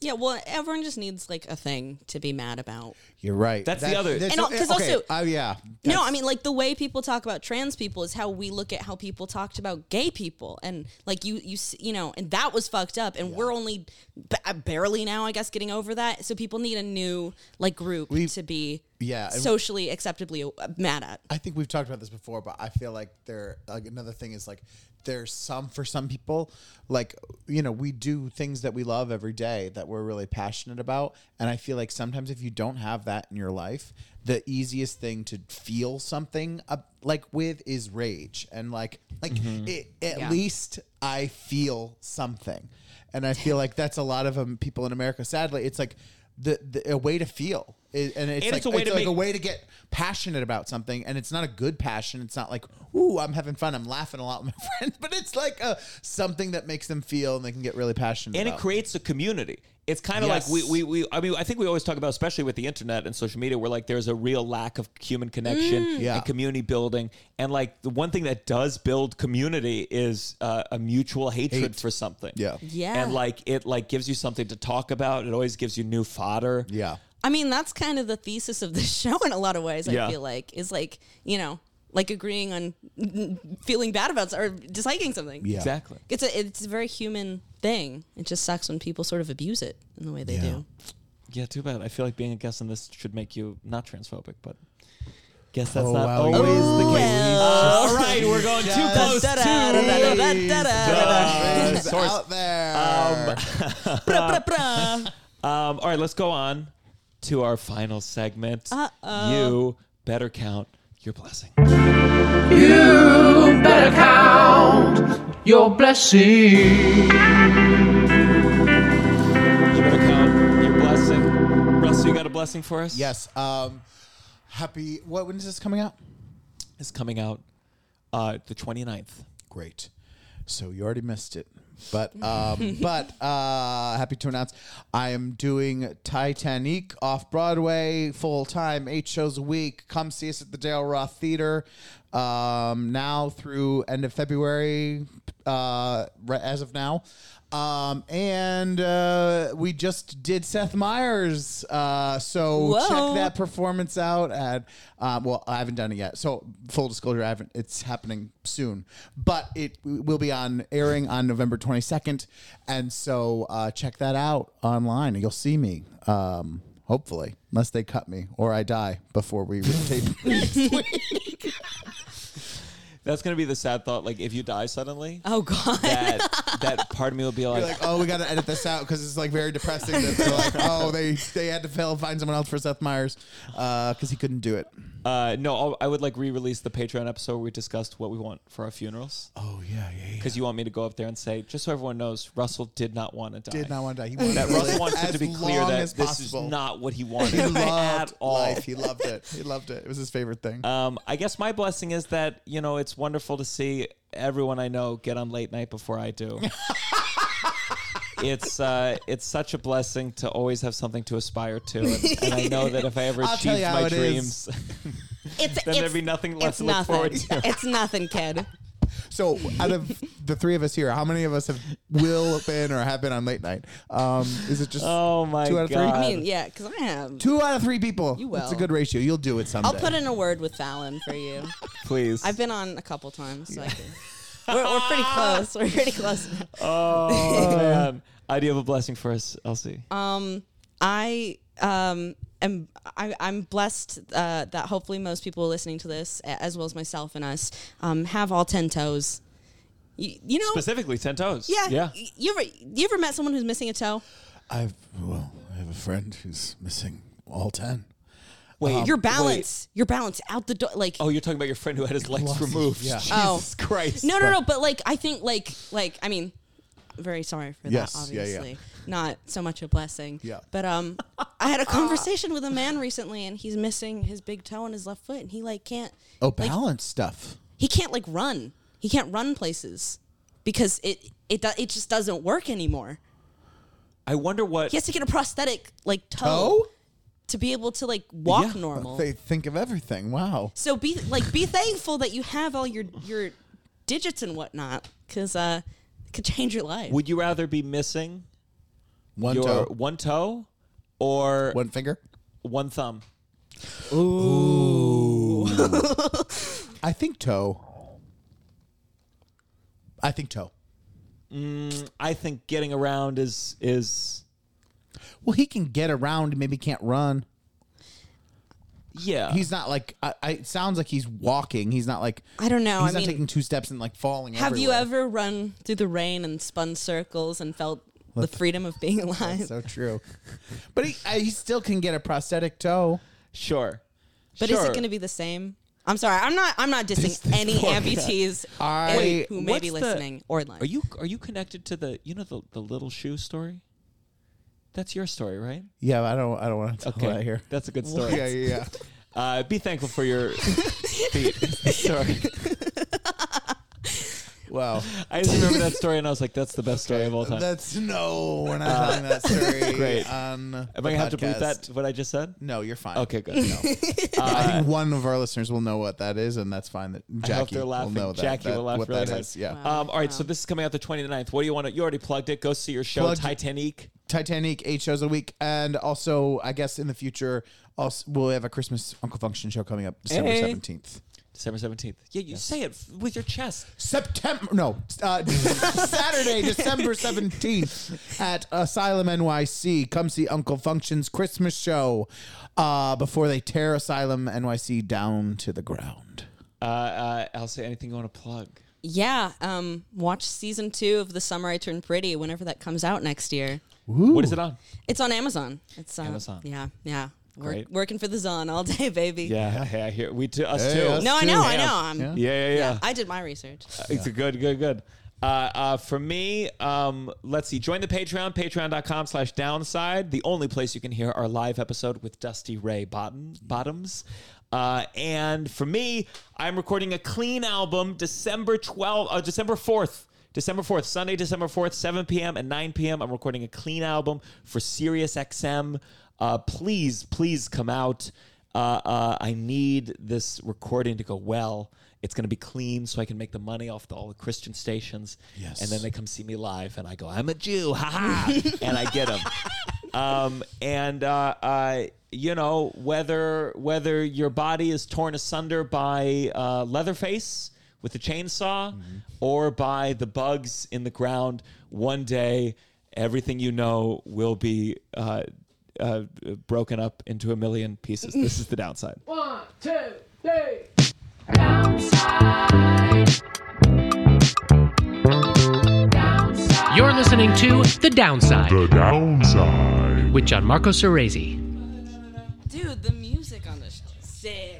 C: Yeah, well, everyone just needs, like, a thing to be mad about.
B: You're right.
A: That's the other-
B: that's-
C: And al- 'cause
B: okay,
C: also-
B: uh, yeah.
C: no,
B: that's-
C: I mean like the way people talk about trans people is how we look at how people talked about gay people, and like you, you, s- you know, and that was fucked up, and we're only b- barely now, I guess, getting over that. So people need a new like group to be
B: yeah, and-
C: socially acceptably uh, mad at.
B: I think we've talked about this before, but I feel like there like another thing is like there's some for some people like you know we do things that we love every day that we're really passionate about and I feel like sometimes if you don't have that in your life the easiest thing to feel something uh, like with is rage and like like
A: Mm-hmm.
B: it, at
C: Yeah.
B: least I feel something and I feel like that's a lot of um, people in America sadly it's like the, the a way to feel It- and it's,
A: And
B: like,
A: it's a way to
B: like
A: make-
B: a way to get passionate about something and it's not a good passion it's not like ooh i'm having fun i'm laughing a lot with my friends but it's like a, something that makes them feel and they can get really passionate
A: and it
B: about.
A: creates a community. It's kind of
B: Yes.
A: like we, we, we, I mean, I think we always talk about, especially with the internet and social media, where like there's a real lack of human connection
B: Yeah.
A: and community building. And like the one thing that does build community is uh, a mutual hatred
B: Hate.
A: for something.
B: Yeah.
C: Yeah.
A: And like it like gives you something to talk about. It always gives you new fodder.
B: yeah
C: I mean, that's kind of the thesis of this show in a lot of ways.
A: Yeah.
C: I feel like is like you know like agreeing on feeling bad about s- or disliking something.
B: Yeah.
A: Exactly.
C: It's a it's a very human thing. It just sucks when people sort of abuse it in the way they do.
A: Yeah, too bad. I feel like being a guest on this should make you not transphobic, but guess that's
B: Oh,
A: not
B: wow, you
A: always the case.
B: just-
C: well.
A: all right, we're going too
B: Just-
A: close
C: Da- da-
A: to
C: da- da- da- da- da- da-
B: It's
A: Source.
B: out there
A: Uh,
B: um,
C: da- bra- bra- bra.
A: Um, all right, let's go on to our final segment. Uh-oh. You better count your blessings.
D: You better count your blessings.
A: You better count your blessing. Russ, you got a blessing for us?
B: yes um happy what when is this coming out
A: It's coming out uh, the 29th.
B: Great. So you already missed it. But um, but uh, happy to announce I am doing Titanic off Broadway full time, eight shows a week. Come see us at the Dale Roth Theater um, now through end of February, uh, right as of now. Um, and uh, we just did Seth Meyers. Uh, so
C: Whoa.
B: check that performance out. At uh, well, I haven't done it yet. So full disclosure, I haven't. It's happening soon, but it will be on airing on November twenty second. And so uh, check that out online. You'll see me. Um, hopefully, unless they cut me or I die before we tape.
A: That's gonna be the sad thought. Like if you die suddenly,
C: Oh God.
A: that that part of me will be like,
B: You're like, oh, we got to edit this out because it's like very depressing. That they're like, oh, they they had to fail find someone else for Seth Meyers because he couldn't do it.
A: uh, no, I'll, I would like re-release the Patreon episode where we discussed what we want for our funerals.
B: Oh yeah, yeah.
A: Because you want me to go up there and say, just so everyone knows, Russell did not want to die.
B: Did not want to die. He wanted
A: That
B: to
A: Russell
B: live
A: wants it
B: as
A: to be clear
B: long
A: that
B: as
A: this
B: possible.
A: is not what he
B: He
A: wanted at
B: loved
A: all.
B: life. He loved it. He loved it. It was his favorite thing.
A: Um, I guess my blessing is that you know it's wonderful to see everyone I know get on late night before I do. it's uh, it's such a blessing to always have something to aspire to, and, and I know that if I ever
B: I'll tell
A: achieve
B: you how
A: my
B: it is.
A: dreams,
C: It's,
A: then there'd be nothing left
C: it's
A: to look
C: nothing.
A: forward to.
C: It's nothing, kid.
B: So, out of the three of us here, how many of us have will been or have been on late night? Um, is it just
A: Oh my
B: Two out of three?
A: god!
B: I
C: I mean, yeah, because I have.
B: two out of three people?
C: You
B: It's a
C: will.
B: good ratio. You'll do it someday.
C: I'll put in a word with Fallon for you.
A: please.
C: I've been on a couple times. So I can, we're, we're pretty close. We're pretty close. now.
A: oh man! I do have a blessing for us, Elsie.
C: I um am I, I'm blessed uh, that hopefully most people listening to this, a- as well as myself and us, um, have all ten toes. You, you know,
A: Specifically, ten toes.
C: yeah,
A: yeah.
C: y- You ever you ever met someone who's missing a toe?
B: I've well, I have a friend who's missing all ten.
A: Um, Wait,
C: your balance, your balance out the door, like.
A: Oh, you're talking about your friend who had his legs
B: Lost-
A: removed.
B: yeah.
C: Oh.
A: Jesus Christ.
C: No, no, no. But like, I think like like I mean, very sorry for
B: Yes,
C: that.
B: yeah, yeah.
C: Obviously, not so much a blessing.
B: Yeah.
C: But um, I had a conversation with a man recently, and he's missing his big toe on his left foot, and he like can't.
B: Oh,
C: like,
B: balance stuff.
C: he can't like run. He can't run places because it it do, it just doesn't work anymore.
A: I wonder what.
C: He has to get a prosthetic like toe
B: Oh,
C: to be able to like walk
A: Yeah.
C: normal.
B: they think of everything. Wow.
C: So be like be thankful that you have all your your digits and whatnot because uh, it could change your life.
A: Would you rather be missing
B: One
A: your
B: toe,
A: one toe or
B: one finger.
A: one thumb?
B: I think toe. I think toe.
A: I think getting around is is
B: Well, he can get around. Maybe can't run.
A: yeah.
B: He's not like. I, I, it sounds like he's walking. He's not like.
C: I don't know.
B: He's
C: I
B: not
C: mean,
B: taking two steps and like falling.
C: have you
B: everywhere.
C: ever run through the rain and spun circles and felt the freedom of being alive?
B: So true. But he, I, he still can get a prosthetic toe.
A: sure.
C: But is it going to be the same? I'm sorry. I'm not. I'm not dissing any amputees
B: I-
C: and who may
A: What's
C: be
A: the-
C: listening or live.
A: Are you are you connected to the you know the the little shoe story? That's your story, right?
B: Yeah, I don't. Oh, I don't want to tell that here.
A: That's a good story.
B: Yeah, yeah, yeah.
A: Uh, be thankful for your feet. Sorry.
B: Wow.
A: I just remember that story and I was like, that's the best story of all time.
B: That's no. We're not telling that story.
A: Uh, great.
B: On the
A: Am I gonna have to bleep
B: podcast.
A: that what I just said?
B: No, you're fine.
A: Okay, good. Uh,
B: I think one of our listeners will know what that is, and that's fine. That Jackie
A: I hope they're laughing.
B: will know that.
A: Jackie
B: that-
A: will laugh
B: what
A: really
B: that
A: hard.
B: is, Yeah.
A: Um, all right, so this is coming out the 29th. What do you want to? You already plugged it. Go see your show,
B: Plugged-
A: Titanic.
B: Titanic eight shows a week, and also I guess in the future, also, we'll have a Christmas Uncle Function show coming up December
A: Hey.
B: seventeenth.
A: December 17th. Yeah, you say it f- with your chest.
B: September no uh, Saturday December 17th at Asylum NYC come see Uncle Function's Christmas show uh, before they tear Asylum NYC down to the ground
A: Uh, uh, I'll say anything you want to plug.
C: yeah. Um. Watch season two of The Summer I Turned Pretty whenever that comes out next year.
A: What is it on?
C: It's on Amazon. It's uh,
A: Amazon.
C: Yeah. Yeah. Work,
A: Great.
C: Working for the Zon all day, baby.
A: Yeah, hey, I hear we too. Us
B: Hey,
A: too.
B: us
C: No, I
B: Two.
C: know. I
A: Yeah.
C: know. I'm.
B: Yeah.
A: Yeah, yeah, yeah.
C: I did my research.
A: It's a good, good, good. Uh, uh, for me, um, let's see. Join the Patreon, patreon.com slash downside, the only place you can hear our live episode with Dusty Ray Bottom, Bottoms. Uh, and for me, I'm recording a clean album December 12th, uh, December 4th. December 4th, Sunday, December 4th, 7 p.m. and 9 p.m. I'm recording a clean album for Sirius XM. Uh, please, please come out. uh, uh, I need this recording to go well. It's going to be clean so I can make the money off the, all the Christian stations.
B: Yes.
A: And then they come see me live and I go, I'm a Jew. Ha ha. and I get them. Um, and, uh, uh, you know, whether, whether your body is torn asunder by uh, Leatherface with the chainsaw or by the bugs in the ground, one day everything you know will be uh, uh, broken up into a million pieces. This is the downside.
D: One, two, three.
G: You're listening to The Downside
E: The downside.
G: with Gianmarco Cerezi.
C: Dude, the music on this show is sick.